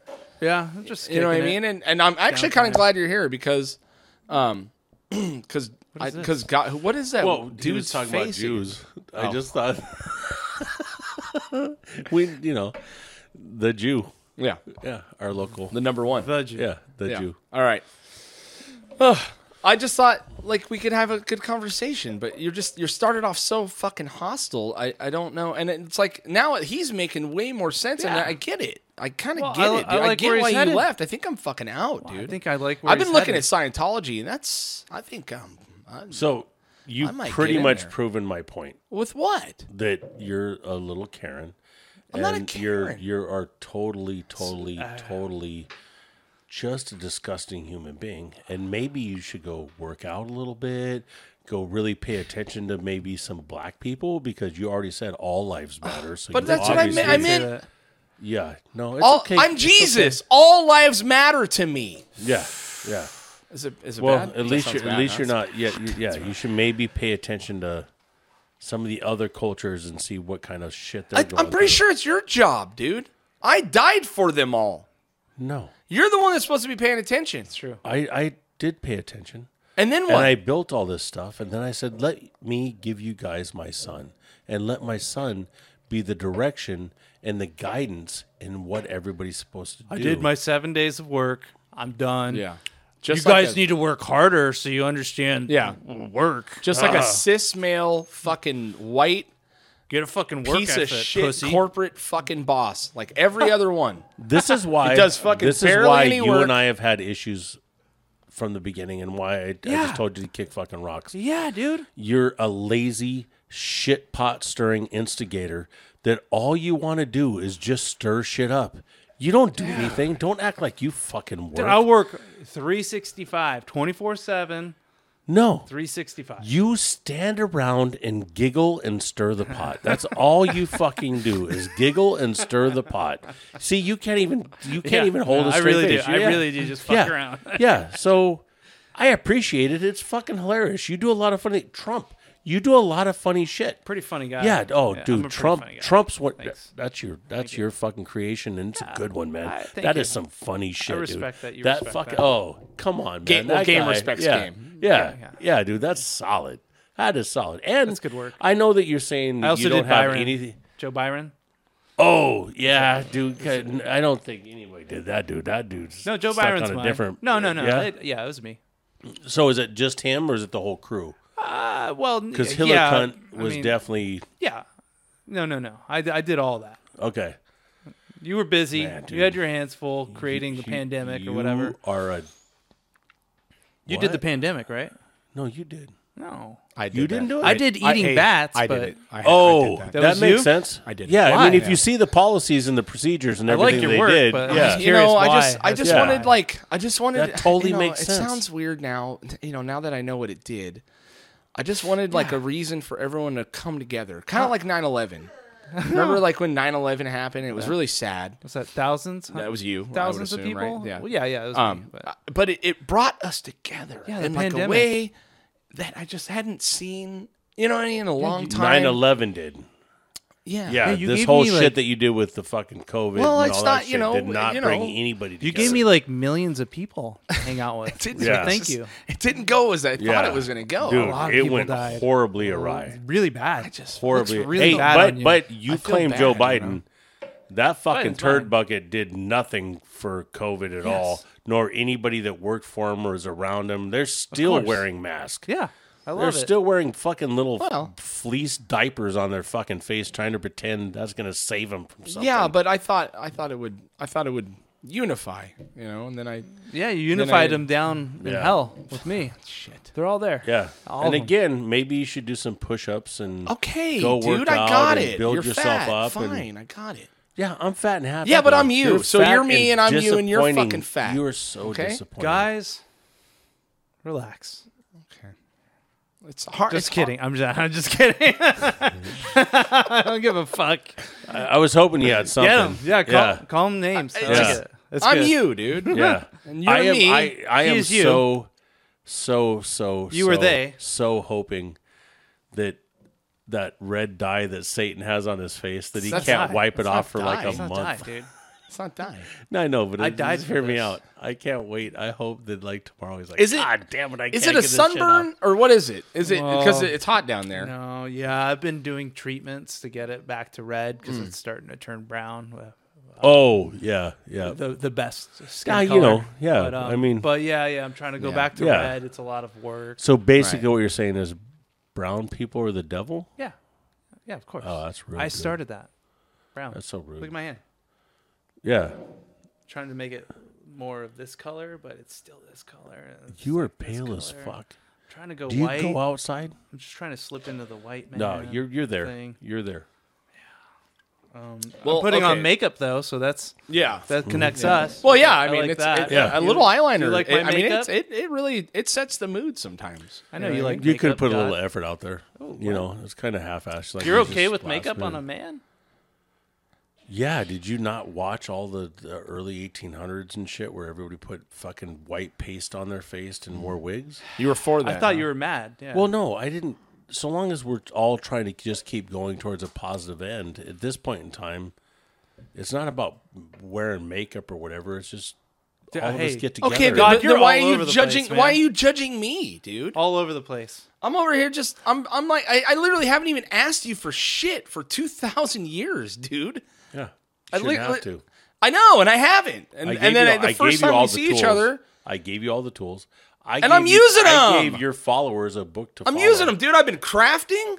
F: yeah, I'm just
D: You know what I
F: kicking
D: mean?
F: it.
D: And and I'm actually kind of glad you're here because, um, because
F: is this?
D: because God, what is that?
E: Well,
D: dude's Oh.
E: he was talking about
D: face?
E: Jews. I just thought we, you know, the Jew.
D: Yeah,
E: Yeah, our local.
D: the number one.
F: The Jew.
E: Yeah, the
D: Yeah.
E: Jew.
D: All right. Ugh. I just thought like we could have a good conversation, but you're just you're started off so fucking hostile. I, I don't know, and it's like now he's making way more sense, and I get it. I kind of
F: Well,
D: get
F: I-
D: it.
F: I
D: Dude. I,
F: like
D: get
F: where he's
D: why you
F: headed.
D: left. I think I'm fucking out, dude.
F: I think I like. Where
D: I've been
F: he's
D: looking at
F: headed.
D: Scientology, and that's I think um I'm,
E: So
D: I
E: you've
D: might
E: pretty
D: get in
E: much
D: there.
E: proven my point
D: with what?
E: that you're a little Karen. and
D: I'm not a
E: You're
D: Karen.
E: you are totally, totally,
D: uh,
E: totally just a disgusting human being. And maybe you should go work out a little bit. Go really pay attention to maybe some black people because you already said all lives matter. So
D: But
E: you
D: that's what I meant. I
E: obviously-
D: meant
F: that.
E: Yeah. No, it's
D: all,
E: okay.
D: I'm
E: It's
D: Jesus. All lives matter to me.
E: okay. Yeah. Yeah.
D: Is it is it
E: Well,
D: bad?
E: at
D: That
E: least
D: sounds
E: you're, at
D: bad,
E: least
D: huh?
E: you're not. Yeah, you, yeah. You should maybe pay attention to some of the other cultures and see what kind of shit they're
D: I,
E: going
D: I'm pretty
E: through.
D: sure it's your job, dude. I died for them all.
E: No,
D: You're the one that's supposed to be paying attention. It's true.
E: I I did pay attention,
D: And then
E: and
D: what?
E: I built all this stuff, and then I said, let me give you guys my son, and let my son be the direction and the guidance in what everybody's supposed to do.
F: I did my seven days of work. I'm done.
D: Just
F: you
D: like
F: guys
D: a,
F: need to work harder so you understand.
D: Yeah.
F: work.
D: just like a cis male fucking white
F: Get a fucking work
D: piece of
F: ethic,
D: shit
F: pussy.
D: corporate fucking boss, like every other one.
E: This is why
D: It does fucking
E: This is
D: barely
E: why
D: any
E: you
D: work.
E: and I have had issues from the beginning, and why I, I
F: Yeah.
E: just told you to kick fucking rocks.
F: yeah, dude.
E: you're a lazy shit pot stirring instigator that all you want to do is just stir shit up. You don't do anything. Don't act like you fucking
F: Dude, I
E: work.
F: work 365, 24 7,
E: No.
F: 365.
E: You stand around and giggle and stir the pot. That's all you fucking do is giggle and stir the pot. See, you can't even you can't
F: Yeah.
E: even hold
F: No,
E: a
F: I
E: straight
F: really do.
E: face.
F: I
E: Yeah.
F: really do just fuck
E: yeah.
F: around.
E: yeah. So I appreciate it. It's fucking hilarious. You do a lot of funny Trump. You do a lot of funny shit.
F: Pretty funny guy.
E: Yeah. Oh,
F: I'm a
E: dude,
F: pretty
E: Trump.
F: funny guy.
E: Trump's what?
F: Thanks.
E: That's your. That's your fucking creation, and it's a good one, man. That is
F: thank you.
E: some funny shit.
F: respect
E: dude.
F: that you
E: That
F: respect
E: fucking.
F: that.
E: Oh, come on, man.
D: Game- well,
E: That
D: game
E: guy-
D: respects
E: yeah,
D: game.
E: Yeah,
F: yeah.
E: yeah, dude. That's solid. That is solid. And
F: That's good work.
E: I know that you're saying
F: I also
E: you don't
F: did
E: have
F: Byron.
E: anything.
F: Joe Byron.
E: Oh yeah, dude. I don't think anybody did that, dude. That dude's
F: No, Joe
E: stuck
F: Byron's
E: on a
F: mine.
E: different.
F: No, no, no.
E: Yeah?
F: Yeah, it, yeah, it was me.
E: so is it just him, or is it the whole crew?
F: Uh, well,
E: Because
F: because
E: Hillary
F: yeah,
E: Cunt
F: I
E: was
F: mean,
E: definitely
F: Yeah. No, no, no. I, I did all that.
E: okay.
F: You were busy.
E: Man, dude.
F: you had your hands full creating the
E: You-
F: pandemic
E: you
F: or whatever.
E: Are a
F: You did the
E: What?
F: pandemic, right?
E: no, you did.
F: No.
D: I did
E: You didn't
D: that.
E: do it.
F: I did eating
D: ate-
F: bats,
D: I
F: but
D: did it. I,
E: Oh,
D: I did
E: that,
D: that.
F: That was
E: makes
F: you?
E: sense.
D: I did it.
E: Yeah, I mean,
F: Why?
E: if you see the policies and the procedures and
F: I like
E: everything
F: your
E: they
F: work,
E: did,
F: but I'm
E: yeah,
F: just
D: You know,
F: Curious
D: I just,
F: why.
D: I just
E: Yeah.
D: wanted like, I just wanted.
E: That totally
D: you know,
E: makes
D: it
E: sense.
D: sounds weird now, you know, now that I know what it did. I just wanted like a reason for everyone to come together, kind of like 9/11. Remember, like when 9-11 happened, it was really sad.
F: Was that thousands?
D: That was you. I would
F: Thousands
D: assume,
F: of people.
D: right? Yeah.
F: Well, yeah, yeah. It was me,
D: Um,
F: but-
D: uh, but it, it brought us together
F: Yeah, the
D: in like a
F: pandemic.
D: way that I just hadn't seen. You know what I mean? In a long time.
E: 9 11 did.
D: yeah.
E: Yeah,
F: you
E: this
F: gave
E: whole
F: me,
E: shit
F: like-
E: that you did with the fucking COVID
D: Well,
E: and
D: it's
E: all
D: not,
E: that
D: you
E: shit
D: know,
E: did not
D: you
E: bring
D: know,
E: anybody together.
F: You gave me like millions of people to hang out with.
D: It didn't-
F: So
E: Yeah.
F: Thank
D: just-
F: you.
D: It didn't go as I
E: Yeah.
D: thought it was going to go.
E: Dude,
F: lot of
E: it
F: people
E: went
F: died.
E: horribly awry.
F: Really bad. I
D: Just
E: Horribly.
F: really
E: hey,
F: bad
E: but
F: on you.
E: but you
D: I feel
E: claim Joe
D: bad, you
E: Biden.
D: know.
E: That fucking
D: Biden's
E: turd
D: fine.
E: bucket did nothing for COVID at all, nor anybody that worked for him or was around him. They're still
F: course.
E: wearing masks.
F: Yeah. I
E: They're
F: love it.
E: still wearing fucking little
D: Well-
E: fleece diapers on their fucking face, trying to pretend that's gonna save them from something.
D: yeah, but I thought I thought it would I thought it would unify, you know, and then I
F: yeah, you
D: then I-
F: unified them down in
E: Yeah.
F: hell with me.
D: shit.
F: They're all there.
E: yeah.
F: All
E: and
F: of 'em.
E: again, maybe you should do some push-ups and
D: Okay,
E: go work
D: dude, I
E: out
D: got
E: and
D: it.
E: Build
D: You're
E: yourself
D: fat.
E: up. and-
D: Fine, I got it.
E: yeah, I'm fat and happy.
D: Yeah, but I'm you, so you're me and I'm you and you're fucking fat.
E: You are so
D: Okay?
E: disappointing.
F: Guys, relax.
D: It's hard.
F: Just
D: it's
F: kidding. I'm just I'm just kidding. I don't give a fuck.
E: I, I was hoping you had something.
F: Get them. Yeah, call,
E: yeah.
F: call 'em names. I like
E: Yeah.
F: it. That's
D: Hard. I'm
F: good.
D: you, dude.
E: Yeah.
D: And you're
E: I am,
D: me.
E: I, I
F: He
E: am
F: is you.
E: so, so, so.
F: You were
E: so-
F: they.
E: So hoping that that red dye that Satan has on his face that he
D: That's
E: can't
D: not-
E: wipe it
D: that's
E: off
D: not
E: for
D: dye.
E: like a
D: That's
F: It's not
E: month.
F: die, dude.
D: It's not dying.
E: No, I know, but I
F: died
E: died.
F: for
E: Hear me
F: this.
E: out. I can't wait. I hope that like tomorrow he's like.
D: Is it-
E: God damn it! I
D: Is
E: can't
D: it
E: get
D: a
E: this shit off."
D: sunburn or what is it? Is it because
F: Well,
D: it's hot down there?
F: No, yeah, I've been doing treatments to get it back to red because it's starting to turn brown.
E: Oh yeah, yeah.
F: The the best skin
E: Yeah, you
F: color.
E: know, yeah,
F: But, um,
E: I mean-
F: but yeah, yeah, I'm trying to go
D: Yeah.
F: back to
E: Yeah.
F: red. It's a lot of work.
E: So basically,
D: Right.
E: what you're saying is, brown people are the devil.
F: Yeah, yeah, of course.
E: Oh, that's rude.
F: I
E: dude.
F: started that brown.
E: That's so rude.
F: Look at my hand.
E: Yeah,
F: trying to make it more of this color, but it's still this color. and it's
E: you are
F: this
E: pale as
F: color.
E: fuck.
F: I'm trying to go
E: Do you
F: white.
E: go outside?
F: I'm just trying to slip into the white man.
E: No, you're you're there.
F: thing.
E: You're there.
D: Well,
F: I'm putting
D: okay.
F: on makeup though, so that's
D: Yeah.
F: that connects us.
D: well, yeah. I mean,
F: like
D: it's
F: that.
D: it-
E: Mm-hmm. Yeah.
D: a little eyeliner.
F: like
D: it-
F: my
D: I mean, it's,
F: makeup?
D: it it really it sets the mood sometimes.
F: I know you like.
E: You could
F: makeup,
E: put a little
F: God.
E: effort out there. you know, it's kind of half-assed. Like
F: Oh, You're
E: you
F: okay
E: just
F: with
E: last
F: makeup on a
E: minute.
F: man?
E: Yeah. Did you not watch all the, the early 1800s and shit where everybody put fucking white paste on their face and wore wigs?
D: You were for that.
F: I thought you were mad. Yeah.
E: Well, no, I didn't. So long as we're all trying to just keep going towards a positive end, at this point in time, it's not about wearing makeup or whatever. It's just all of us
F: hey.
E: get together.
D: Okay, but
F: God,
D: then
F: you're
D: why
F: all
D: are
F: over
D: you
F: the
D: judging?
F: place, man.
D: why are you judging me, dude?
F: all over the place.
D: I'm over here just I'm I'm like I, I literally haven't even asked you for shit for two thousand years, dude.
E: yeah,
D: I
E: shouldn't
D: li-
E: have
D: li-
E: to.
D: I know, and I haven't. And,
E: I
D: and then
E: you-
D: I- the
E: I
D: first
E: gave you
D: time
E: all
D: we
E: the
D: see
E: tools.
D: each other,
E: I gave you all the tools. I
D: And I'm
E: gave you-
D: using
E: I
D: 'em.
E: gave your followers a book to.
D: I'm
E: follow.
D: using them, dude. I've been crafting.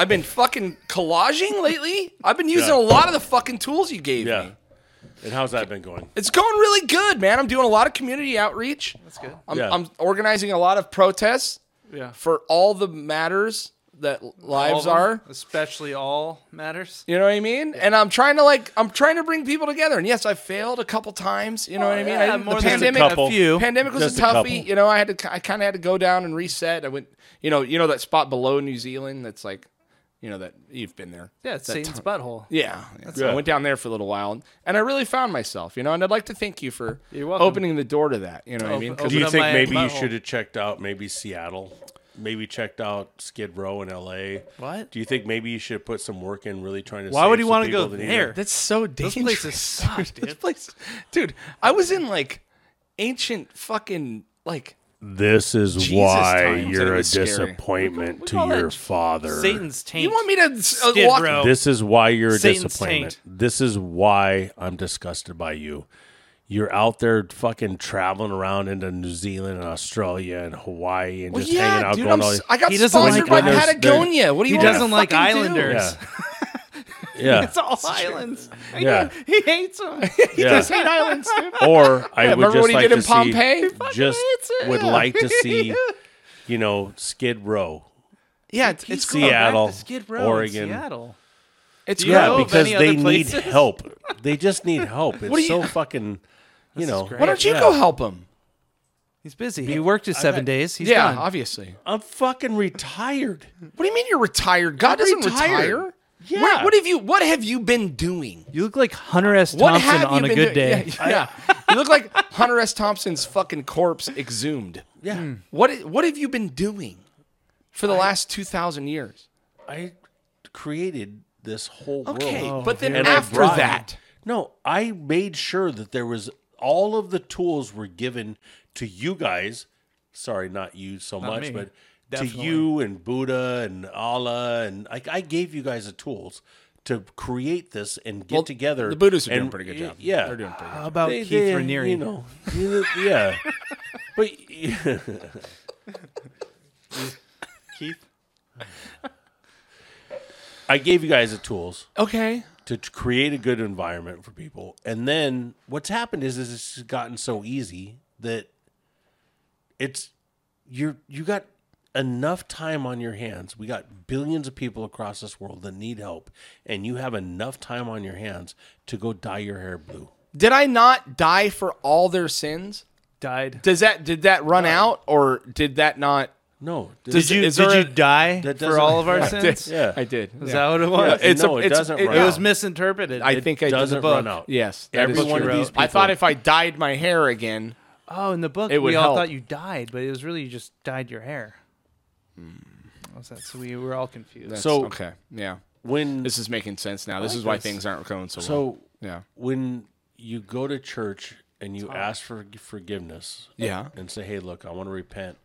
D: I've been fucking collaging lately. I've been using a lot of the fucking tools you gave
E: Yeah.
D: me.
E: And how's that been going?
D: It's going really good, man. I'm doing a lot of community outreach.
F: That's good.
D: I'm,
E: Yeah.
D: I'm organizing a lot of protests
F: Yeah.
D: for all the matters that lives
F: All
D: are.
F: of 'em, especially all matters.
D: You know what I mean? And I'm trying to like I'm trying to bring people together. And yes, I failed a couple times. You know what I mean? I,
F: Oh, Yeah,
D: the
F: more than
D: pandemic,
E: couple.
F: a few.
D: pandemic was
E: Just a
D: a
E: couple.
D: toughie. you know, I had to I kind of had to go down and reset. I went, you know, you know that spot below New Zealand that's like, you know that you've been there.
F: yeah, it's
D: That
F: Satan's
D: time-
F: butthole.
D: Yeah, yeah.
E: Yeah.
D: I went down there for a little while, and, and I really found myself, you know. And I'd like to thank you for
F: You're welcome. Oh,
D: opening the door to that. You know what I mean? 'Cause
F: open
E: Do you
F: up
E: think
F: my
E: maybe you
F: butthole.
E: should have checked out maybe Seattle? Maybe checked out Skid Row in L.A.
F: What?
E: Do you think maybe you should put some work in really trying to?
F: Why
E: save
F: would you
E: some
F: wanna
E: people
F: go
E: that need
F: there?
E: it?
D: That's so dangerous.
F: places suck,
D: This
F: dude.
D: place, dude. I was in like ancient fucking like
E: This is
D: times,
E: why
D: and it
E: you're a
D: was scary.
E: disappointment to
F: call
E: your
F: that
E: father.
F: Satan's taint.
D: You want me to uh,
F: Skid
D: walk?
F: Row.
E: This is why you're a
F: Satan's
E: disappointment. This is why I'm disgusted by you. You're out there fucking traveling around into New Zealand and Australia and Hawaii and
D: Well,
E: just hanging
D: yeah,
E: out.
D: dude.
E: going
D: I'm,
E: to all
D: s- I got
F: He doesn't
D: sponsored
F: like
D: by
E: when there's-
D: Patagonia. What do you?
F: He
D: want me to
F: doesn't like
D: fucking do?
F: islanders.
E: yeah, yeah, uh,
F: It's all islands.
E: yeah.
F: He hates them.
E: yeah.
D: Hate islands. dude.
E: Or I would
D: remember
E: just
D: what he
E: like
D: did in
E: to
D: Pompeii? He
E: see.
D: fucking
E: Just
D: hates it,
E: would
D: yeah.
E: like to see, you know, Skid Row.
D: Yeah, it's, it's cool.
E: Seattle.
F: Back to Skid Row in
E: Oregon.
F: Seattle.
D: It's
F: you know
E: Yeah,
D: cool.
F: of
E: because
F: any
E: they
F: other
E: need
F: places?
E: help. They just need help. It's
D: do you-
E: so fucking, you know.
F: great.
D: Why don't you
E: Yeah.
D: go help him?
F: He's busy. He worked his seven days. He's
D: yeah,
F: done.
D: obviously.
E: I'm fucking retired.
D: What do you mean you're retired? God doesn't
E: retired.
D: retire.
E: Yeah.
D: Where- what have you What have you been doing?
F: You look like Hunter S.
D: What
F: Thompson
D: have you
F: on a
D: been
F: good
D: doing?
F: day.
D: Yeah, yeah. you look like Hunter S. Thompson's fucking corpse exhumed.
E: Yeah.
D: What i- What have you been doing for the last two thousand years?
E: I created this whole
D: Okay,
E: world.
D: but then
E: And I
D: after
E: brought-
D: that,
E: No, I made sure that there was all of the tools were given to you guys. Sorry, not you so much,
F: me.
E: but
F: Definitely.
E: to you and Buddha and Allah and like I gave you guys the tools to create this and get
D: Well,
E: together.
D: the Buddhists are doing
E: and-
D: a pretty good job.
E: Yeah,
D: They're doing pretty good.
F: How about
E: They-
F: Keith
E: they-
F: Raniere?
E: You know, you- yeah, but
F: Keith?
E: I gave you guys the tools.
D: okay.
E: to t- create a good environment for people. And then what's happened is, is it's gotten so easy that it's you're you got enough time on your hands. We got billions of people across this world that need help, and you have enough time on your hands to go dye your hair blue.
D: Did I not die for all their sins?
F: Died.
D: Does that did that run out or did that not?
E: No,
D: Does
E: this-
D: you-
F: Did
D: Is there
F: you
D: a-
F: die
E: That
F: for
E: doesn't-
F: all of our
E: Yeah.
F: sins?
E: Yeah.
D: I did.
F: Is that what it was?
E: Yeah,
D: It's
E: no,
D: a,
E: it
D: it's,
E: doesn't
D: it,
E: run
F: It
E: out.
F: was misinterpreted.
D: I
F: It-
D: think I
E: doesn't
D: did.
F: book.
E: run out.
D: Yes, that
E: every
D: is
E: one of
D: true.
E: these. People,
D: I thought if I dyed my hair again,
F: Oh, in the book,
D: It would
F: we all
D: help.
F: thought you died, but it was really you just dyed your hair. Was that- so we were all confused.
E: So-
D: okay, yeah,
E: when
D: this is making sense now. This is why things aren't going so, well.
E: so
D: Yeah,
E: when you go to church and you ask for forgiveness
D: yeah.
E: and say, "Hey, look, I want to repent."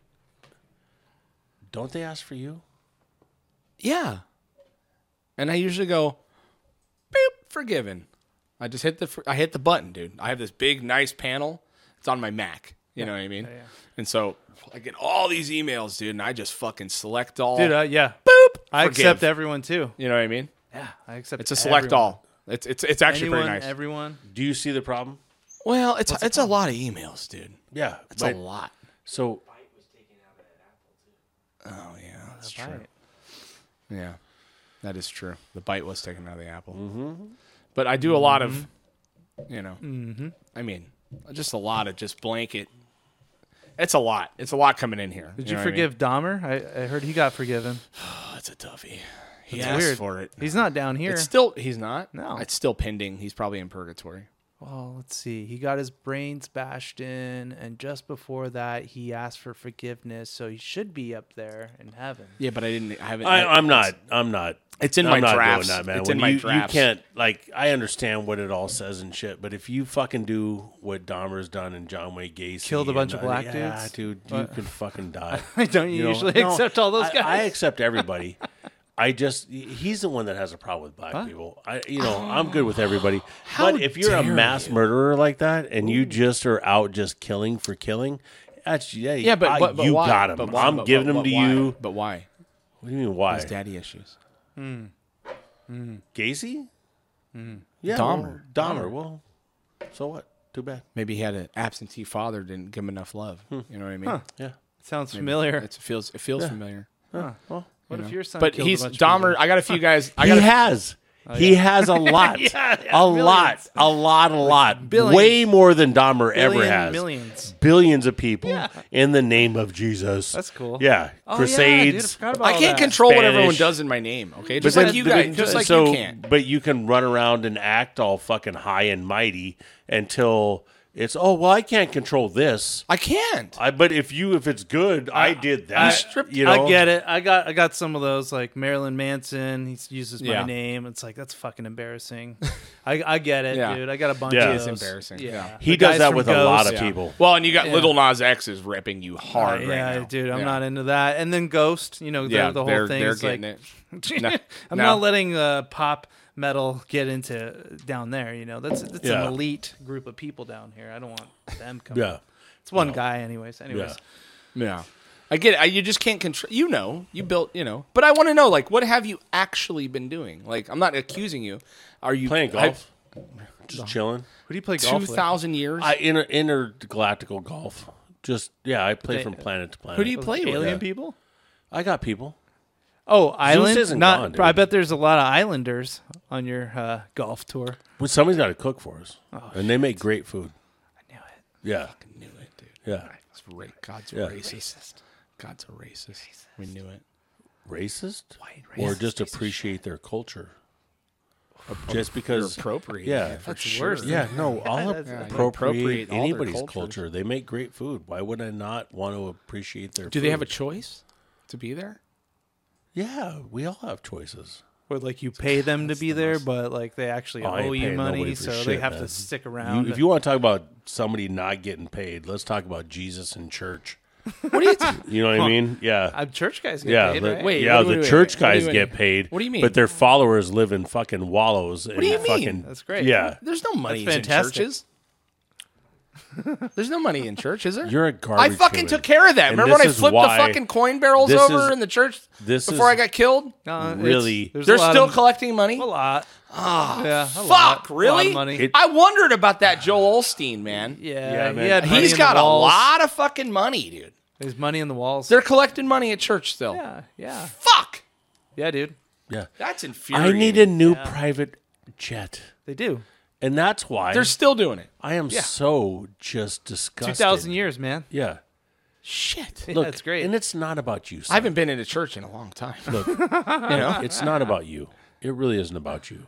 E: Don't they ask for you?
D: Yeah. And I usually go, boop, forgiven. I just hit the fr- I hit the button, dude. I have this big nice panel. It's on my Mac. You know what I mean? And so I get all these emails, dude, and I just fucking select all.
F: Dude, uh, yeah.
D: boop.
F: I
D: forgive.
F: accept everyone too.
D: You know what I mean?
F: Yeah, I accept.
D: It's a select
F: everyone.
D: all. It's it's it's actually
F: Anyone,
D: pretty nice.
F: everyone.
E: Do you see the problem?
D: well, it's it's a lot of emails, dude.
E: Yeah,
D: It's
E: but-
D: a lot.
E: So
D: Oh yeah, that's true.
F: Right.
D: Yeah, that is true. The bite was taken out of the apple. But I do a lot of, Mm-hmm. you know, I mean, just a lot of just blanket. It's a lot. It's a lot coming in here.
F: Did you, forgive Dahmer? I, I heard he got forgiven.
D: That's Oh, a toughie. He asked
F: weird.
D: for it.
F: He's not down here.
D: It's still he's not.
F: No.
D: it's still pending. He's probably in purgatory.
F: Well, let's see. He got his brains bashed in, and just before that, he asked for forgiveness, so he should be up there in heaven.
D: Yeah, but I didn't. I haven't.
E: I,
D: I-
E: I'm not. I'm not.
D: It's in
E: I'm
D: my
E: not
D: drafts.
E: Doing that, man.
D: It's
E: When
D: in my
E: you,
D: drafts.
E: You can't like. I understand what it all says and shit, but if you fucking do what Dahmer's done and John Wayne Gacy
F: Killed a
E: and
F: bunch of
E: other-
F: black
E: yeah,
F: dudes?
E: dude, you
F: What?
E: can fucking die.
F: Don't you,
E: know?
F: usually
E: No,
F: accept all those
E: I-
F: guys?
E: I accept everybody. I just he's the one that has a problem with black people. I you know,
F: Oh.
E: I'm good with everybody. but if you're a
D: dare
E: mass murderer like that and you just are out just killing for killing, that's yeah,
D: yeah, but,
E: I-
D: but, but
E: you
D: why?
E: got him.
D: But why?
E: I'm
D: But-
E: giving
D: but-
E: him
D: but
E: to
D: why?
E: you.
D: But why?
E: What do you mean why?
D: His daddy issues.
E: Gacy? Yeah.
D: Dahmer.
E: Well, Hmm. Dahmer. Well, so what? Too bad.
D: Maybe he had an absentee father didn't give him enough love. You know what I mean?
E: Yeah.
F: Sounds familiar.
D: It's, it feels it feels familiar.
F: what if your son?
D: But
F: killed a
D: he's
F: bunch of people?
D: Dahmer. I got a few guys. I
E: He
D: got a,
E: has. He has a lot. a lot. A lot. A lot.
F: billions.
E: Way more than Dahmer ever
F: Billion
E: has.
F: millions.
E: Billions of people in the name of Jesus.
F: That's cool.
E: Yeah.
F: Oh, Yeah, dude, I,
E: Crusades.
F: forgot about
D: I
F: all
D: can't
F: that.
D: control what everyone
E: Spanish.
D: does in my name. Okay, just
E: But
D: like
E: then-
D: you
E: but-
D: guys, just like
E: so,
D: you can.
E: But you can run around and act all fucking high and mighty until it's oh well I can't control this.
D: I can't.
E: I but if you if it's good I did that.
D: stripped-
E: you know?
F: I get it. I got I got some of those like Marilyn Manson. He uses my
D: Yeah.
F: name. It's like that's fucking embarrassing. I, I get it,
D: Yeah.
F: dude. I got a bunch
E: Yeah.
F: of
E: It
F: those.
E: is
D: embarrassing. Yeah.
E: He
F: The
E: does
F: guys
E: that
F: from
E: with a lot of
F: Ghost.
E: people.
D: Well, and you got little Nas X is repping you hard right
F: Uh, yeah,
D: now.
F: dude. I'm
D: Yeah.
F: not into that. And then Ghost. You know,
D: Yeah,
F: the, the whole
D: they're,
F: thing.
D: they're
F: is
D: getting
F: like,
D: it. No,
F: I'm
D: no.
F: not letting uh, pop metal get into down there. You know, that's that's
E: Yeah.
F: an elite group of people down here. I don't want them coming.
E: Yeah.
F: it's one guy, anyways. Anyways,
E: Yeah.
D: Yeah. I get it. I, you just can't control. You know, you built. You know, but I want to know, like, what have you actually been doing? Like, I'm not accusing you. Are you
E: Playing golf. just chilling.
F: who do you play golf
D: Two
F: with?
D: thousand years.
E: I inter, intergalactical golf. Just yeah, I play from planet to planet.
D: Who do you play with?
F: Alien
D: Yeah.
F: people?
E: I got people.
F: Oh, island.
E: isn't
F: Not.
E: gone, dude.
F: I bet there's a lot of islanders on your uh, golf tour.
E: Well, somebody's got to cook for us, and they make great food.
F: Oh, I knew it.
E: Yeah,
D: knew it, dude.
E: yeah.
D: It's ra- God's racist. God's a racist. We knew it.
E: Racist, or just appreciate their culture. just because
G: appropriating
E: Yeah,
G: it for
F: That's
G: sure.
F: worse.
E: yeah, no, I'll
F: That's- Yeah, you
E: appropriate
G: appropriate all their
E: anybody's
G: cultures.
E: culture. They make great food. Why would I not want to appreciate their?
G: Do they have a
E: food?
G: choice to be there?
E: yeah, we all have choices.
F: Where like you pay them to be there, but like they actually
E: Oh, I ain't
F: owe you
E: paying nobody
F: money,
E: for
F: so they
E: shit,
F: have
E: man.
F: to stick around.
E: You, if you want to talk about somebody not getting paid, let's talk about Jesus and church.
G: What do you? T-
E: You know what I mean? Yeah,
F: I'm church guys. Get
E: yeah,
F: paid,
E: the,
F: right?
G: Wait,
E: yeah.
G: wait,
E: the
G: wait, wait,
E: church
G: wait. What do
E: guys
G: you mean?
E: get paid.
G: What do you mean?
E: But their followers live in fucking wallows. What
G: do you mean?
E: Fucking,
F: That's great.
E: Yeah,
G: There's no money in
F: fantastic.
G: churches. There's no money in church, is there?
E: you're a garbage.
D: I fucking
E: human.
D: took care of that.
E: And
D: Remember when
E: this
D: I
E: is
D: flipped
E: why-
D: the fucking coin barrels
E: this
D: over
E: is-
D: in the church
E: this
D: before
E: is-
D: I got killed?
F: No, it's-
E: Really?
F: there's a
D: They're
F: lot
D: still
F: of-
D: collecting money.
F: a lot.
E: Ah,
F: yeah, a
D: Fuck,
F: lot, a lot of
D: really?
F: money.
E: It-
D: I wondered about that Joel Olstein, man.
F: yeah,
E: man.
F: he had money in
D: He's
F: the
D: got a
F: walls.
D: lot of fucking money, dude.
F: There's money in the walls.
D: They're collecting money at church still.
F: yeah, yeah,
D: Fuck.
F: yeah, dude.
E: Yeah,
D: That's
E: I
D: infuriating.
E: need a new private jet,
F: They do.
E: and that's why
D: They're still doing it.
E: I am so just disgusted.
F: Two thousand years, man.
E: Yeah.
D: Shit.
F: Yeah,
E: Look,
F: that's great.
E: And it's not about you. Son.
D: I haven't been in a church in a long time.
E: It's not about you. It really isn't about you.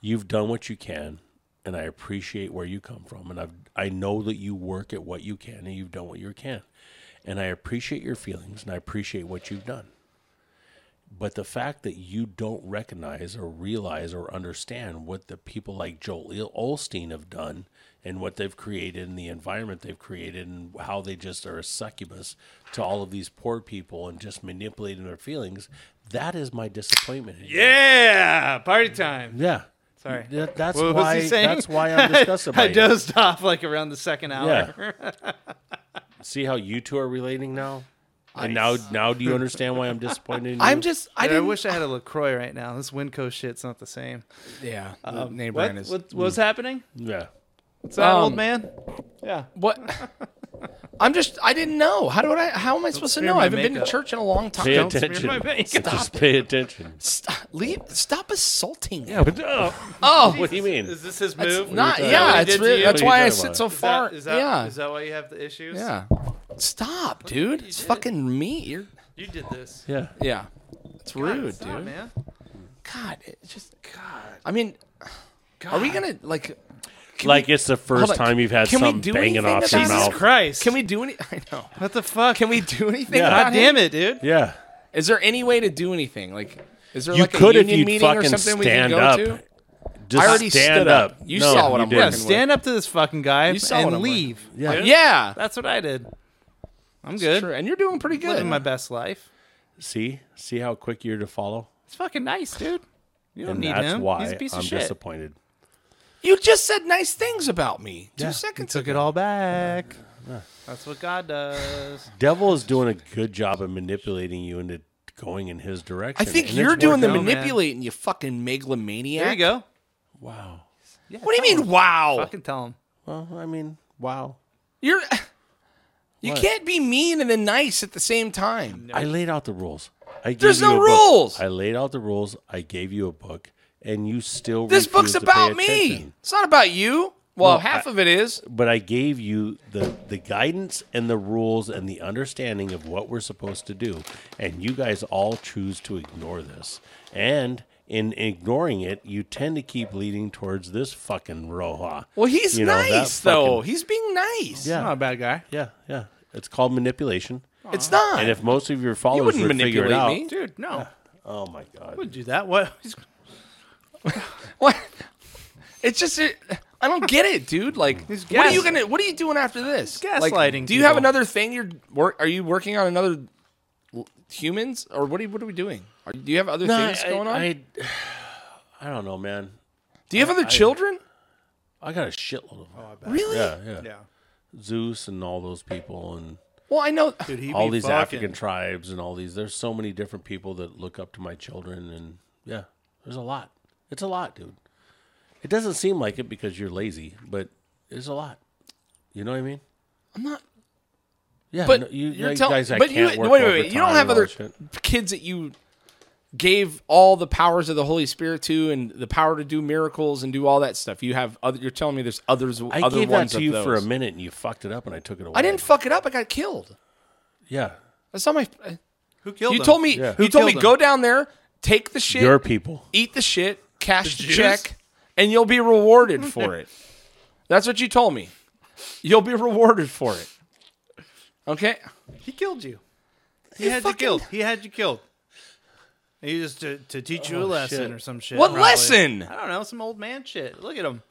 E: You've done what you can, and I appreciate where you come from, and I've I know that you work at what you can, and you've done what you can, and I appreciate your feelings, and I appreciate what you've done. But the fact that you don't recognize or realize or understand what the people like Joel Il- Olstein have done and what they've created and the environment they've created and how they just are a succubus to all of these poor people and just manipulating their feelings, that is my disappointment. in you.
F: yeah, party time.
E: Yeah.
F: Sorry.
E: That- that's
F: What was
E: why.
F: he saying?
E: That's why I'm disgusted by
F: I
E: it.
F: dozed off like around the second hour.
E: Yeah. See how you two are relating now, and now now do you understand why I'm disappointed? In you?
D: I'm just. I
F: I,
D: didn't.
F: wish I had a Lacroix right now. This Winco shit's not the same.
D: Yeah. The name
F: Um, What?
D: brand is.
F: what what's happening?
E: yeah.
F: What's that,
D: mm. Um,
F: old man? Yeah.
D: What? I'm just. I didn't know. How do I? How am I supposed to
F: smear
D: know?
F: my
D: I haven't been
F: makeup.
D: to church in a long time.
E: Pay
D: Don't
E: attention.
F: my makeup.
E: Just pay attention.
D: Stop, leave, stop assaulting.
E: Yeah, but uh,
D: Oh,
E: what do you mean?
F: Is this his
D: it's
F: move?
D: not.
E: talking
D: Yeah,
E: about?
D: it's
F: What he did to
D: really,
F: you?
E: What
D: that's
E: are you
D: why I
E: talking
D: sit
E: about?
D: so
F: Is that,
D: far.
F: is that,
D: yeah,
F: is that why you have the issues?
D: yeah. Stop, dude. It's fucking me. You're.
F: You did this.
E: yeah.
D: Yeah, it's rude,
F: Stop,
D: dude.
F: man.
D: God, it's just. God. I mean, are we gonna like? can
E: Like
D: we-
E: it's the
D: hold
E: first
D: on,
E: time you've had
D: can we
E: something
D: do
E: banging
D: anything
E: off your
D: about this?
E: mouth.
F: Jesus Christ.
D: Can we do any? I know.
F: What the fuck?
D: Can we do anything?
E: Yeah.
D: About
F: God damn
D: him?
F: it, dude.
E: Yeah,
D: Is there any way to do anything? Like, is there
E: you
D: like
E: could
D: a
E: if
D: union
E: you
D: meeting or
E: fucking
D: something we can
E: stand
D: go
E: up.
D: to?
E: Just
D: I already
E: stand
D: stood up. You saw what
E: you
D: I'm
E: didn't.
F: Yeah,
D: working
F: stand up to this fucking guy
D: You saw what
F: and
D: I'm
F: leave.
E: Yeah.
D: Yeah,
F: That's what I did. I'm
D: It's
F: good.
D: true. And you're doing pretty good.
F: Living my best life.
E: See, see how quick you're to follow,
F: It's fucking nice, dude. You don't
E: and
F: need
E: that's
F: him.
E: why
F: He's a piece
E: I'm
F: of shit.
E: disappointed.
D: you just said nice things about me two seconds
F: Took it all back. That's what God does.
E: Devil is doing a good job of manipulating you into going in his
D: I
E: direction.
D: think
E: and
D: you're
E: it's
D: doing the
E: working
F: out, man.
D: manipulating, you fucking megalomaniac.
F: There you go.
E: out. Wow.
D: What do you mean? Wow,
F: Fucking tell him.
E: Well, I mean, wow.
D: you're you can't be mean and then nice at the same time.
E: I laid out the rules. I gave
D: There's
E: you
D: no
E: a book.
D: rules!
E: I laid out the rules. I gave you a book, and you still
D: This
E: refuse
D: book's
E: to pay
D: about me.
E: attention.
D: It's not about you. Well,
E: No,
D: half
E: I-
D: of it is.
E: But I gave you the the guidance and the rules and the understanding of what we're supposed to do, and you guys all choose to ignore this. And in ignoring it, you tend to keep leading towards this fucking roja.
D: Well, he's
E: You know, that
D: nice though. He's being nice.
E: Yeah.
F: Not a bad guy.
E: Yeah, yeah. It's called manipulation.
D: It's not.
E: And if most of your followers
D: wouldn't
E: would figure it
D: manipulate
E: out,
D: me.
F: Dude, no.
E: oh my god,
F: Wouldn't do that. What?
D: What? It's just it, I don't get it, dude. Like,
F: He's
D: what are you
F: gaslighting.
D: gonna? What are you doing after this? Like,
F: gaslighting
D: do you have
F: people.
D: another thing? You're work? Are you working on another l- humans, or what? Are, you- what are we doing? Are, do you have other
E: No,
D: things
E: I-
D: going on?
E: I, I don't know, man.
D: do you have other children?
E: I got a shitload of them.
D: really?
E: yeah, Oh, yeah, Zeus and all those people and
D: Well, I know.
E: all these African tribes and all these. There's so many different people that look up to my children and yeah, there's a lot. It's a lot, dude. It doesn't seem like it because you're lazy, but it's a lot. You know what I mean?
D: I'm not.
E: Yeah,
D: But
E: no,
D: you,
E: you,
D: you're
E: you
D: tell-
E: guys, I
D: But you
E: can't
D: wait,
E: work
D: wait, wait. You don't
E: overtime
D: have
E: and all
D: other
E: that shit.
D: kids that you gave all the powers of the Holy Spirit to, and the power to do miracles and do all that stuff. You have other. You're telling me there's others.
E: I
D: other
E: gave that
D: ones
E: to
D: of
E: you
D: those.
E: for a minute and you fucked it up and I took it away.
D: I didn't fuck it up. I got killed.
E: yeah,
D: That's not my. uh,
F: Who killed
D: You
F: him?
D: told me. You
E: Who
D: told me
F: killed him?
D: go down there, take the shit,
E: your people.
D: eat the shit, cash
F: The Jews?
D: check, and you'll be rewarded for it. That's what you told me. You'll be rewarded for it. Okay.
F: He killed you. He, had you killed. He had you killed. He just to, to teach you a lesson
E: shit.
F: or some shit.
D: What
F: probably.
D: lesson?
F: I don't know. Some old man shit. Look at him.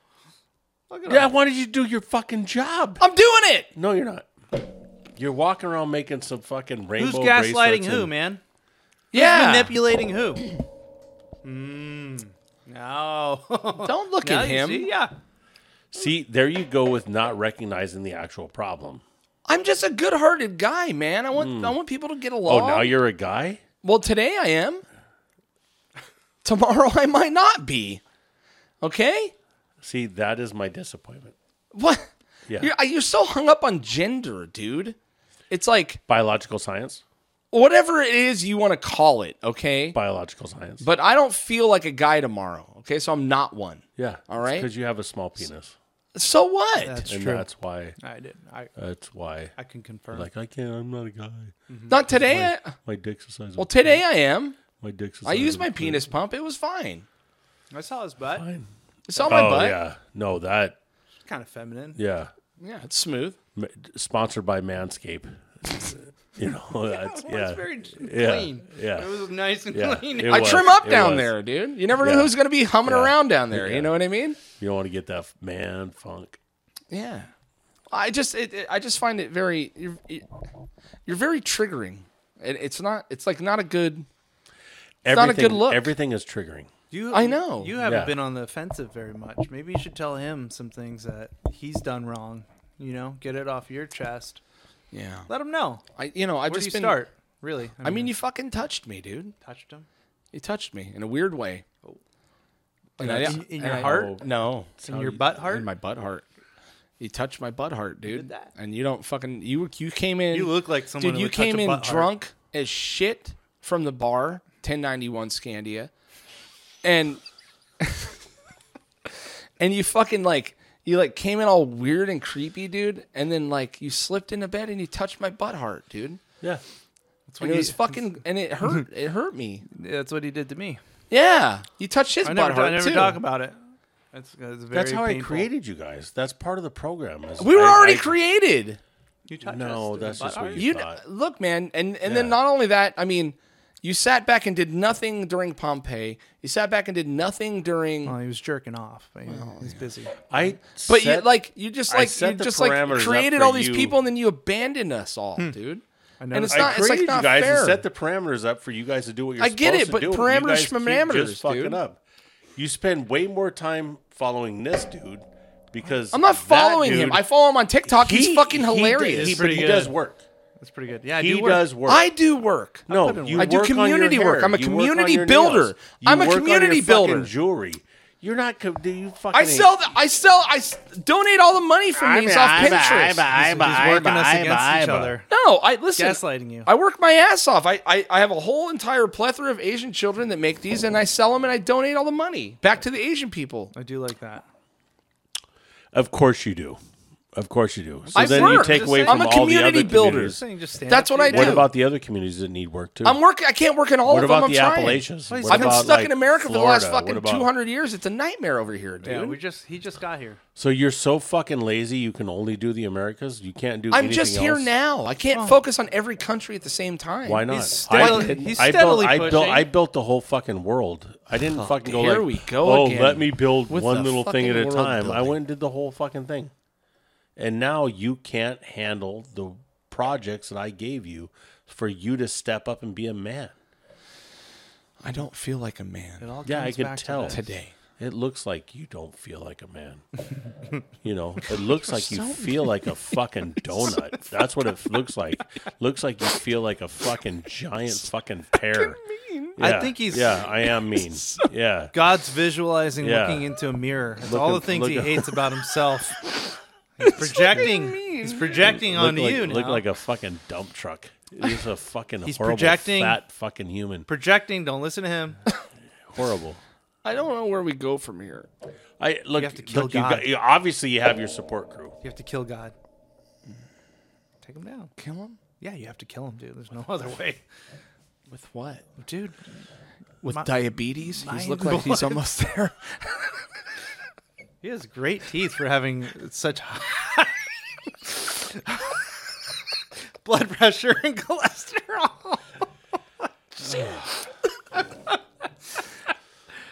F: Look at
E: Yeah,
F: him.
E: why did you do your fucking job?
D: I'm doing it.
E: No, you're not. You're walking around making some fucking rainbow.
F: Who's gaslighting
E: bracelets
F: who,
E: and-
F: man?
D: Yeah.
F: Manipulating who? Mmm. No.
D: Don't look
F: Now
D: at
F: you
D: him.
F: see? Yeah.
E: See, there you go with not recognizing the actual problem.
D: I'm just a good-hearted guy, man. I want
F: Hmm.
D: I want people to get
E: Oh,
D: along.
E: now you're a guy.
D: Well, today I am. Tomorrow I might not be. Okay?
E: See, that is my disappointment.
D: What?
E: Yeah,
D: You're, you're so hung up on gender, dude. It's like
E: biological science.
D: whatever it is you want to call it, okay?
E: Biological science.
D: But I don't feel like a guy tomorrow, okay? So I'm not one.
E: yeah,
D: All right.
E: because you have a small penis,
D: So what?
F: That's
E: and
F: true.
E: that's why.
F: I did. I,
E: That's why.
F: I can confirm.
E: Like I can't. I'm not a guy.
D: not today. I,
E: My dick's the size. of
D: well,
E: a-
D: today I am.
E: my dick's. the
D: I
E: size
D: used
E: of
D: my
E: a-
D: penis pump. It was fine.
F: I saw his butt.
E: Fine.
D: It's on my
E: Oh
D: butt. Yeah.
E: yeah. No, that
F: Kind of feminine.
E: yeah.
D: it's smooth.
E: Ma- Sponsored by Manscaped. you know that's
F: Well,
E: yeah.
F: It's very
E: yeah,
F: clean.
E: yeah.
F: It was nice and
E: Yeah,
F: clean.
E: it
D: I
E: was,
D: trim up
E: it
D: down
E: was.
D: there, dude. You never know
E: Yeah.
D: who's going to be humming
E: Yeah.
D: around down there. You
E: Yeah.
D: know what I mean?
E: You don't want to get that f- man funk.
D: Yeah. I just it, it- I just find it very you're, you're very triggering. It, it's not it's like not a good
E: Everything,
D: not a good look.
E: Everything is triggering.
F: You,
D: I know.
F: You haven't
E: Yeah.
F: been on the offensive very much. Maybe you should tell him some things that he's done wrong. You know, get it off your chest.
D: yeah.
F: Let him know.
D: I you know, I
F: Where do
D: just
F: you
D: been
F: start? Really?
D: I mean, you fucking touched me, dude.
F: touched him.
D: You touched me in a weird way. And I-
F: Oh. In- in
D: and
F: your
D: I-
F: heart?
D: No.
F: In your butt heart.
D: In my butt heart. You touched my butt heart, dude.
F: did that?
D: And you don't fucking you you came in
F: You look like someone
D: Dude,
F: who
D: you
F: would touch
D: came
F: a
D: in
F: butt heart.
D: drunk as shit from the bar, 1091 Scandia. And and you fucking like you like came in all weird and creepy, dude, and then like you slipped into bed and you touched my butt heart, dude.
E: Yeah.
D: And it was fucking and it hurt it hurt me.
F: That's what he did to me.
D: Yeah. You touched his
F: I
D: butt
F: never,
D: heart
F: I never
D: too.
F: talk about it. That's, that's very
E: That's how I
F: painful.
E: created you guys. That's part of the program. is
D: we were
E: I-
D: already
E: I-
D: created.
F: You touched
E: No,
F: us through
E: that's
F: the
E: just
F: butt
E: what
F: heart.
E: you
D: You
E: thought.
D: look, man, and and then
E: Yeah.
D: not only that, I mean, you sat back and did nothing during Pompeii. You sat back and did nothing during
F: Well, he was jerking off. But, you know,
E: Oh,
F: he's busy.
E: I
D: But you
E: set-
D: like you just
E: I
D: like
E: set
D: you
E: the
D: just like
E: parameters up
D: created
E: for
D: all these
E: you. Hmm.
D: people and then you abandoned us all, dude.
F: I
D: And it's
E: I
D: not it's like
E: created
D: not
E: you guys
D: fair.
E: and set the parameters up for you guys to do what you're
D: I get it,
E: supposed
D: but
E: to do. You
D: parameters
E: guys keep
D: parameters,
E: just fucking
D: dude.
E: up. You spend way more time following this dude because
D: I'm not
E: that
D: following him.
E: dude-
D: I follow him on TikTok.
E: he-
D: He's fucking
E: he did-
D: hilarious.
E: He, but
F: pretty
E: he
F: good.
E: does work.
F: That's pretty good. Yeah, I
E: he
F: do work.
E: does work.
D: I do work.
E: no,
F: put in
E: you
D: work. I do
E: work on your
D: community work.
E: hair.
D: I'm a
E: You work on
D: community
E: your
D: builder.
E: nails. You
D: I'm a
E: work on your
D: community
E: fucking
D: builder.
E: Jewelry. You're not. co- Do you fucking?
D: I sell the, I sell I s- donate all the money from these off Pinterest.
F: He's working us against each other.
D: No, I listen.
F: Gaslighting you.
D: I work my ass off. I, I I have a whole entire plethora of Asian children that make these, and I sell them, and I donate all the money back to the Asian people.
F: I do like that.
E: Of course you do. Of course you do. So
D: I
E: then you
D: work.
E: take
F: Just
E: away
F: saying.
E: from
F: I'm
D: a
E: all the other
D: community builder.
E: communities.
F: Saying just stand
D: That's
F: up
D: what
F: for
D: I
F: you.
D: do.
E: What about the other communities that need work too?
D: I'm working. I can't work in all
E: what
D: of them.
E: about
D: I'm
E: the
D: trying.
E: Appalachians?
F: Please.
E: What
D: I've been
E: about,
D: stuck
E: like,
D: in America for the last
E: Florida?
D: fucking
E: What about-
D: 200 years. It's a nightmare over here, dude.
F: Yeah, we just he just got here.
E: So you're so fucking lazy. You can only do the Americas. You can't do.
D: I'm
E: anything
D: just here
E: else?
D: now. I can't focus on every country at the same time.
E: Why not?
F: He's steadily-
E: didn't-
F: he's
E: built,
F: steadily
E: I built.
F: pushing.
E: I built the whole fucking world. I didn't fucking go.
D: here
E: like,
D: we go
E: Oh,
D: again
E: let me build
D: with the
E: one little thing
D: fucking
E: at a
D: world
E: time. I
D: building.
E: went and did the whole fucking thing, and now you can't handle the projects that I gave you for you to step up and be a man.
D: I don't feel like a man
F: It all
E: Yeah, I
F: comes
E: can
F: back to
E: tell.
F: this.
D: today.
E: It looks like you don't feel like a man. you know, it looks like you feel like a fucking donut. That's what it looks like. Looks like you feel like a fucking giant fucking pear.
F: I
E: Yeah,
F: think he's-
E: Yeah, I am mean. Yeah.
F: God's visualizing
E: Yeah.
F: looking into a mirror. It's all the
E: Look-
F: things
E: look-
F: he hates about himself. He's projecting. He's projecting
E: Look
F: onto
E: like,
F: you now.
E: look like a fucking dump truck. He's a fucking
F: He's
E: horrible
F: projecting-
E: fat fucking human.
F: projecting. Don't listen to him.
E: Horrible.
D: I don't know where we go from here.
E: I look.
F: have to kill
E: look, you
F: God.
E: got- you- obviously, you have your support crew.
F: You have to kill God. Take him down.
D: Kill him
F: Yeah, you have to kill him, dude. There's no other way,
D: with what?
F: dude.
D: with
F: My-
D: diabetes. He's looked
F: mind
D: like he's almost there.
F: He has great teeth for having such blood pressure and cholesterol.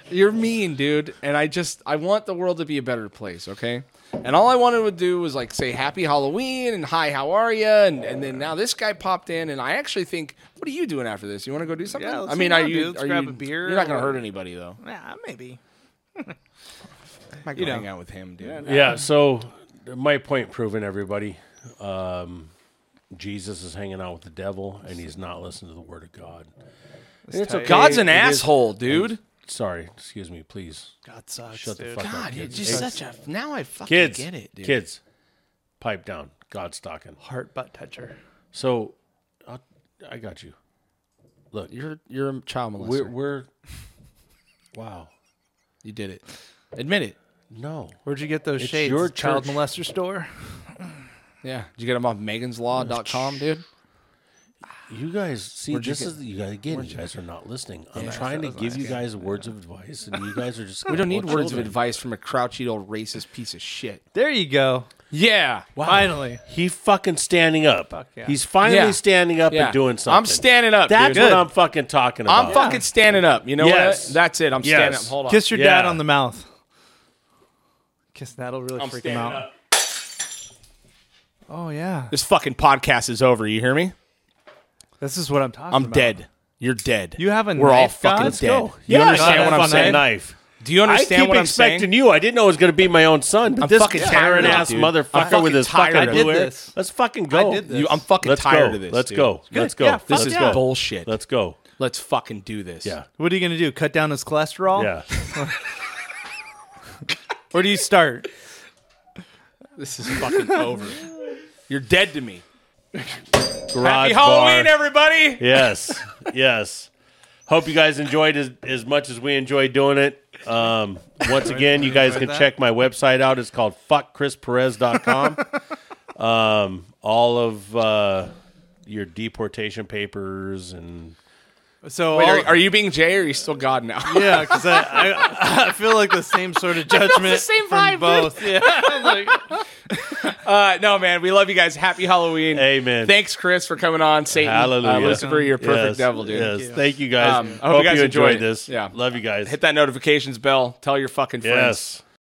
D: You're mean, dude. And I just I want the world to be a better place, okay? And all I wanted to do was like say happy Halloween and hi, how are you? And and then now this guy popped in, and I actually think, what are you doing after this? You want to go do something?
F: Yeah, let's
D: I mean,
F: hang
D: are
F: out,
D: you
F: dude. Let's
D: are
F: grab
D: you,
F: a beer
D: You're not gonna
F: or-
D: hurt anybody though.
F: Yeah, maybe.
D: I might go hang out with him, dude.
E: Yeah, so my point proven, everybody. Um, Jesus is hanging out with the devil, and he's not listening to the word of God. It's okay.
D: God's an
E: It is-
D: asshole, dude.
E: Sorry, excuse me, please.
F: God sucks,
E: Shut
F: dude.
E: the fuck up,
D: God, you're
E: kids.
D: just such a now I fucking
E: kids,
D: get it, dude.
E: kids, pipe down. God stalking.
F: Heart butt toucher.
E: So, i I got you. Look,
D: You're you're a child molester.
E: we're, we're wow.
D: you did it. Admit it.
E: No,
F: Where'd you get those
E: It's
F: shades?
E: your
F: child
E: church.
F: molester store.
D: Yeah. Did you get him off meganslaw.com, dude?
E: you guys see
D: Where'd you
E: this
D: get-
E: is you guys again. You guys are not listening. I'm trying to give you guys words of advice, and you guys are just
D: We don't need words of advice from a crouchy old racist piece of shit.
F: There you go.
D: Yeah.
F: Finally.
E: He fucking standing up.
F: yeah.
E: He's finally
D: Yeah.
E: standing up
D: Yeah.
E: and doing
D: I'm
E: something.
D: standing up,
E: That's
D: dude.
E: what
D: Good.
E: I'm fucking talking about.
D: I'm fucking standing up. You know
E: Yes.
D: what? That's it. I'm
E: Yes.
D: standing up. Hold on.
F: Kiss your
E: Yeah.
F: dad on the mouth. Kiss that'll really freak him out. Oh yeah.
D: this fucking podcast is over. You hear me?
F: This is what I'm talking
D: I'm
F: about.
D: dead. You're dead.
F: You have a
D: We're all
F: knife, God?
D: fucking
F: Let's
D: dead.
E: Go.
D: You
E: Yeah,
D: understand
E: God,
D: what I'm
E: fucking
D: saying?
E: Knife.
D: Do you
E: I
D: understand
E: keep
D: what I'm
E: expecting
D: saying?
E: you. I didn't know it was going to be my own son, but
D: I'm
E: this
D: fucking tired
E: Karen
D: of it,
E: ass
D: dude. I'm
E: motherfucker
D: fucking
E: with his
D: tired
E: fucking
D: of
F: it.
E: blue
F: I did
E: hair.
F: this.
E: Let's fucking go.
F: I did this.
D: You- I'm fucking
E: Let's
D: tired
E: go.
D: of this.
E: Let's
D: dude.
E: go. Let's
F: Yeah,
E: go.
F: fuck
E: Let's
D: This is
E: go.
D: bullshit. Let's
E: Let's go.
D: let's fucking do this.
E: Yeah.
F: What are you gonna do? Cut down his cholesterol?
E: Yeah.
F: Where do you start?
D: This is fucking over. You're dead to me.
E: Garage
D: Happy Halloween,
E: bar.
D: everybody.
E: Yes. Yes. Hope you guys enjoyed as, as much as we enjoyed doing it. Um, once again, you guys can
F: that?
E: check my website out. It's called fuckchisperez.com. um, all of uh, your deportation papers and
F: So
D: Wait,
F: all-
D: are, are you being Jay or are you still God now?
F: Yeah, because I, I, I feel like the same sort of judgment.
D: same
F: from
D: vibe, dude.
F: both. Yeah, I'm like,
D: Uh, no, man. We love you guys. Happy Halloween.
E: Amen.
D: Thanks, Chris, for coming on. Satan,
E: Hallelujah.
D: Uh, Lucifer, you're a perfect
E: Yes,
D: devil, dude.
E: Yes. Thank you guys.
D: Um,
E: I hope, you guys enjoyed,
D: enjoyed it.
E: this.
D: Yeah.
E: Love you guys.
D: Hit that notifications bell. Tell your fucking
E: yes.
D: friends.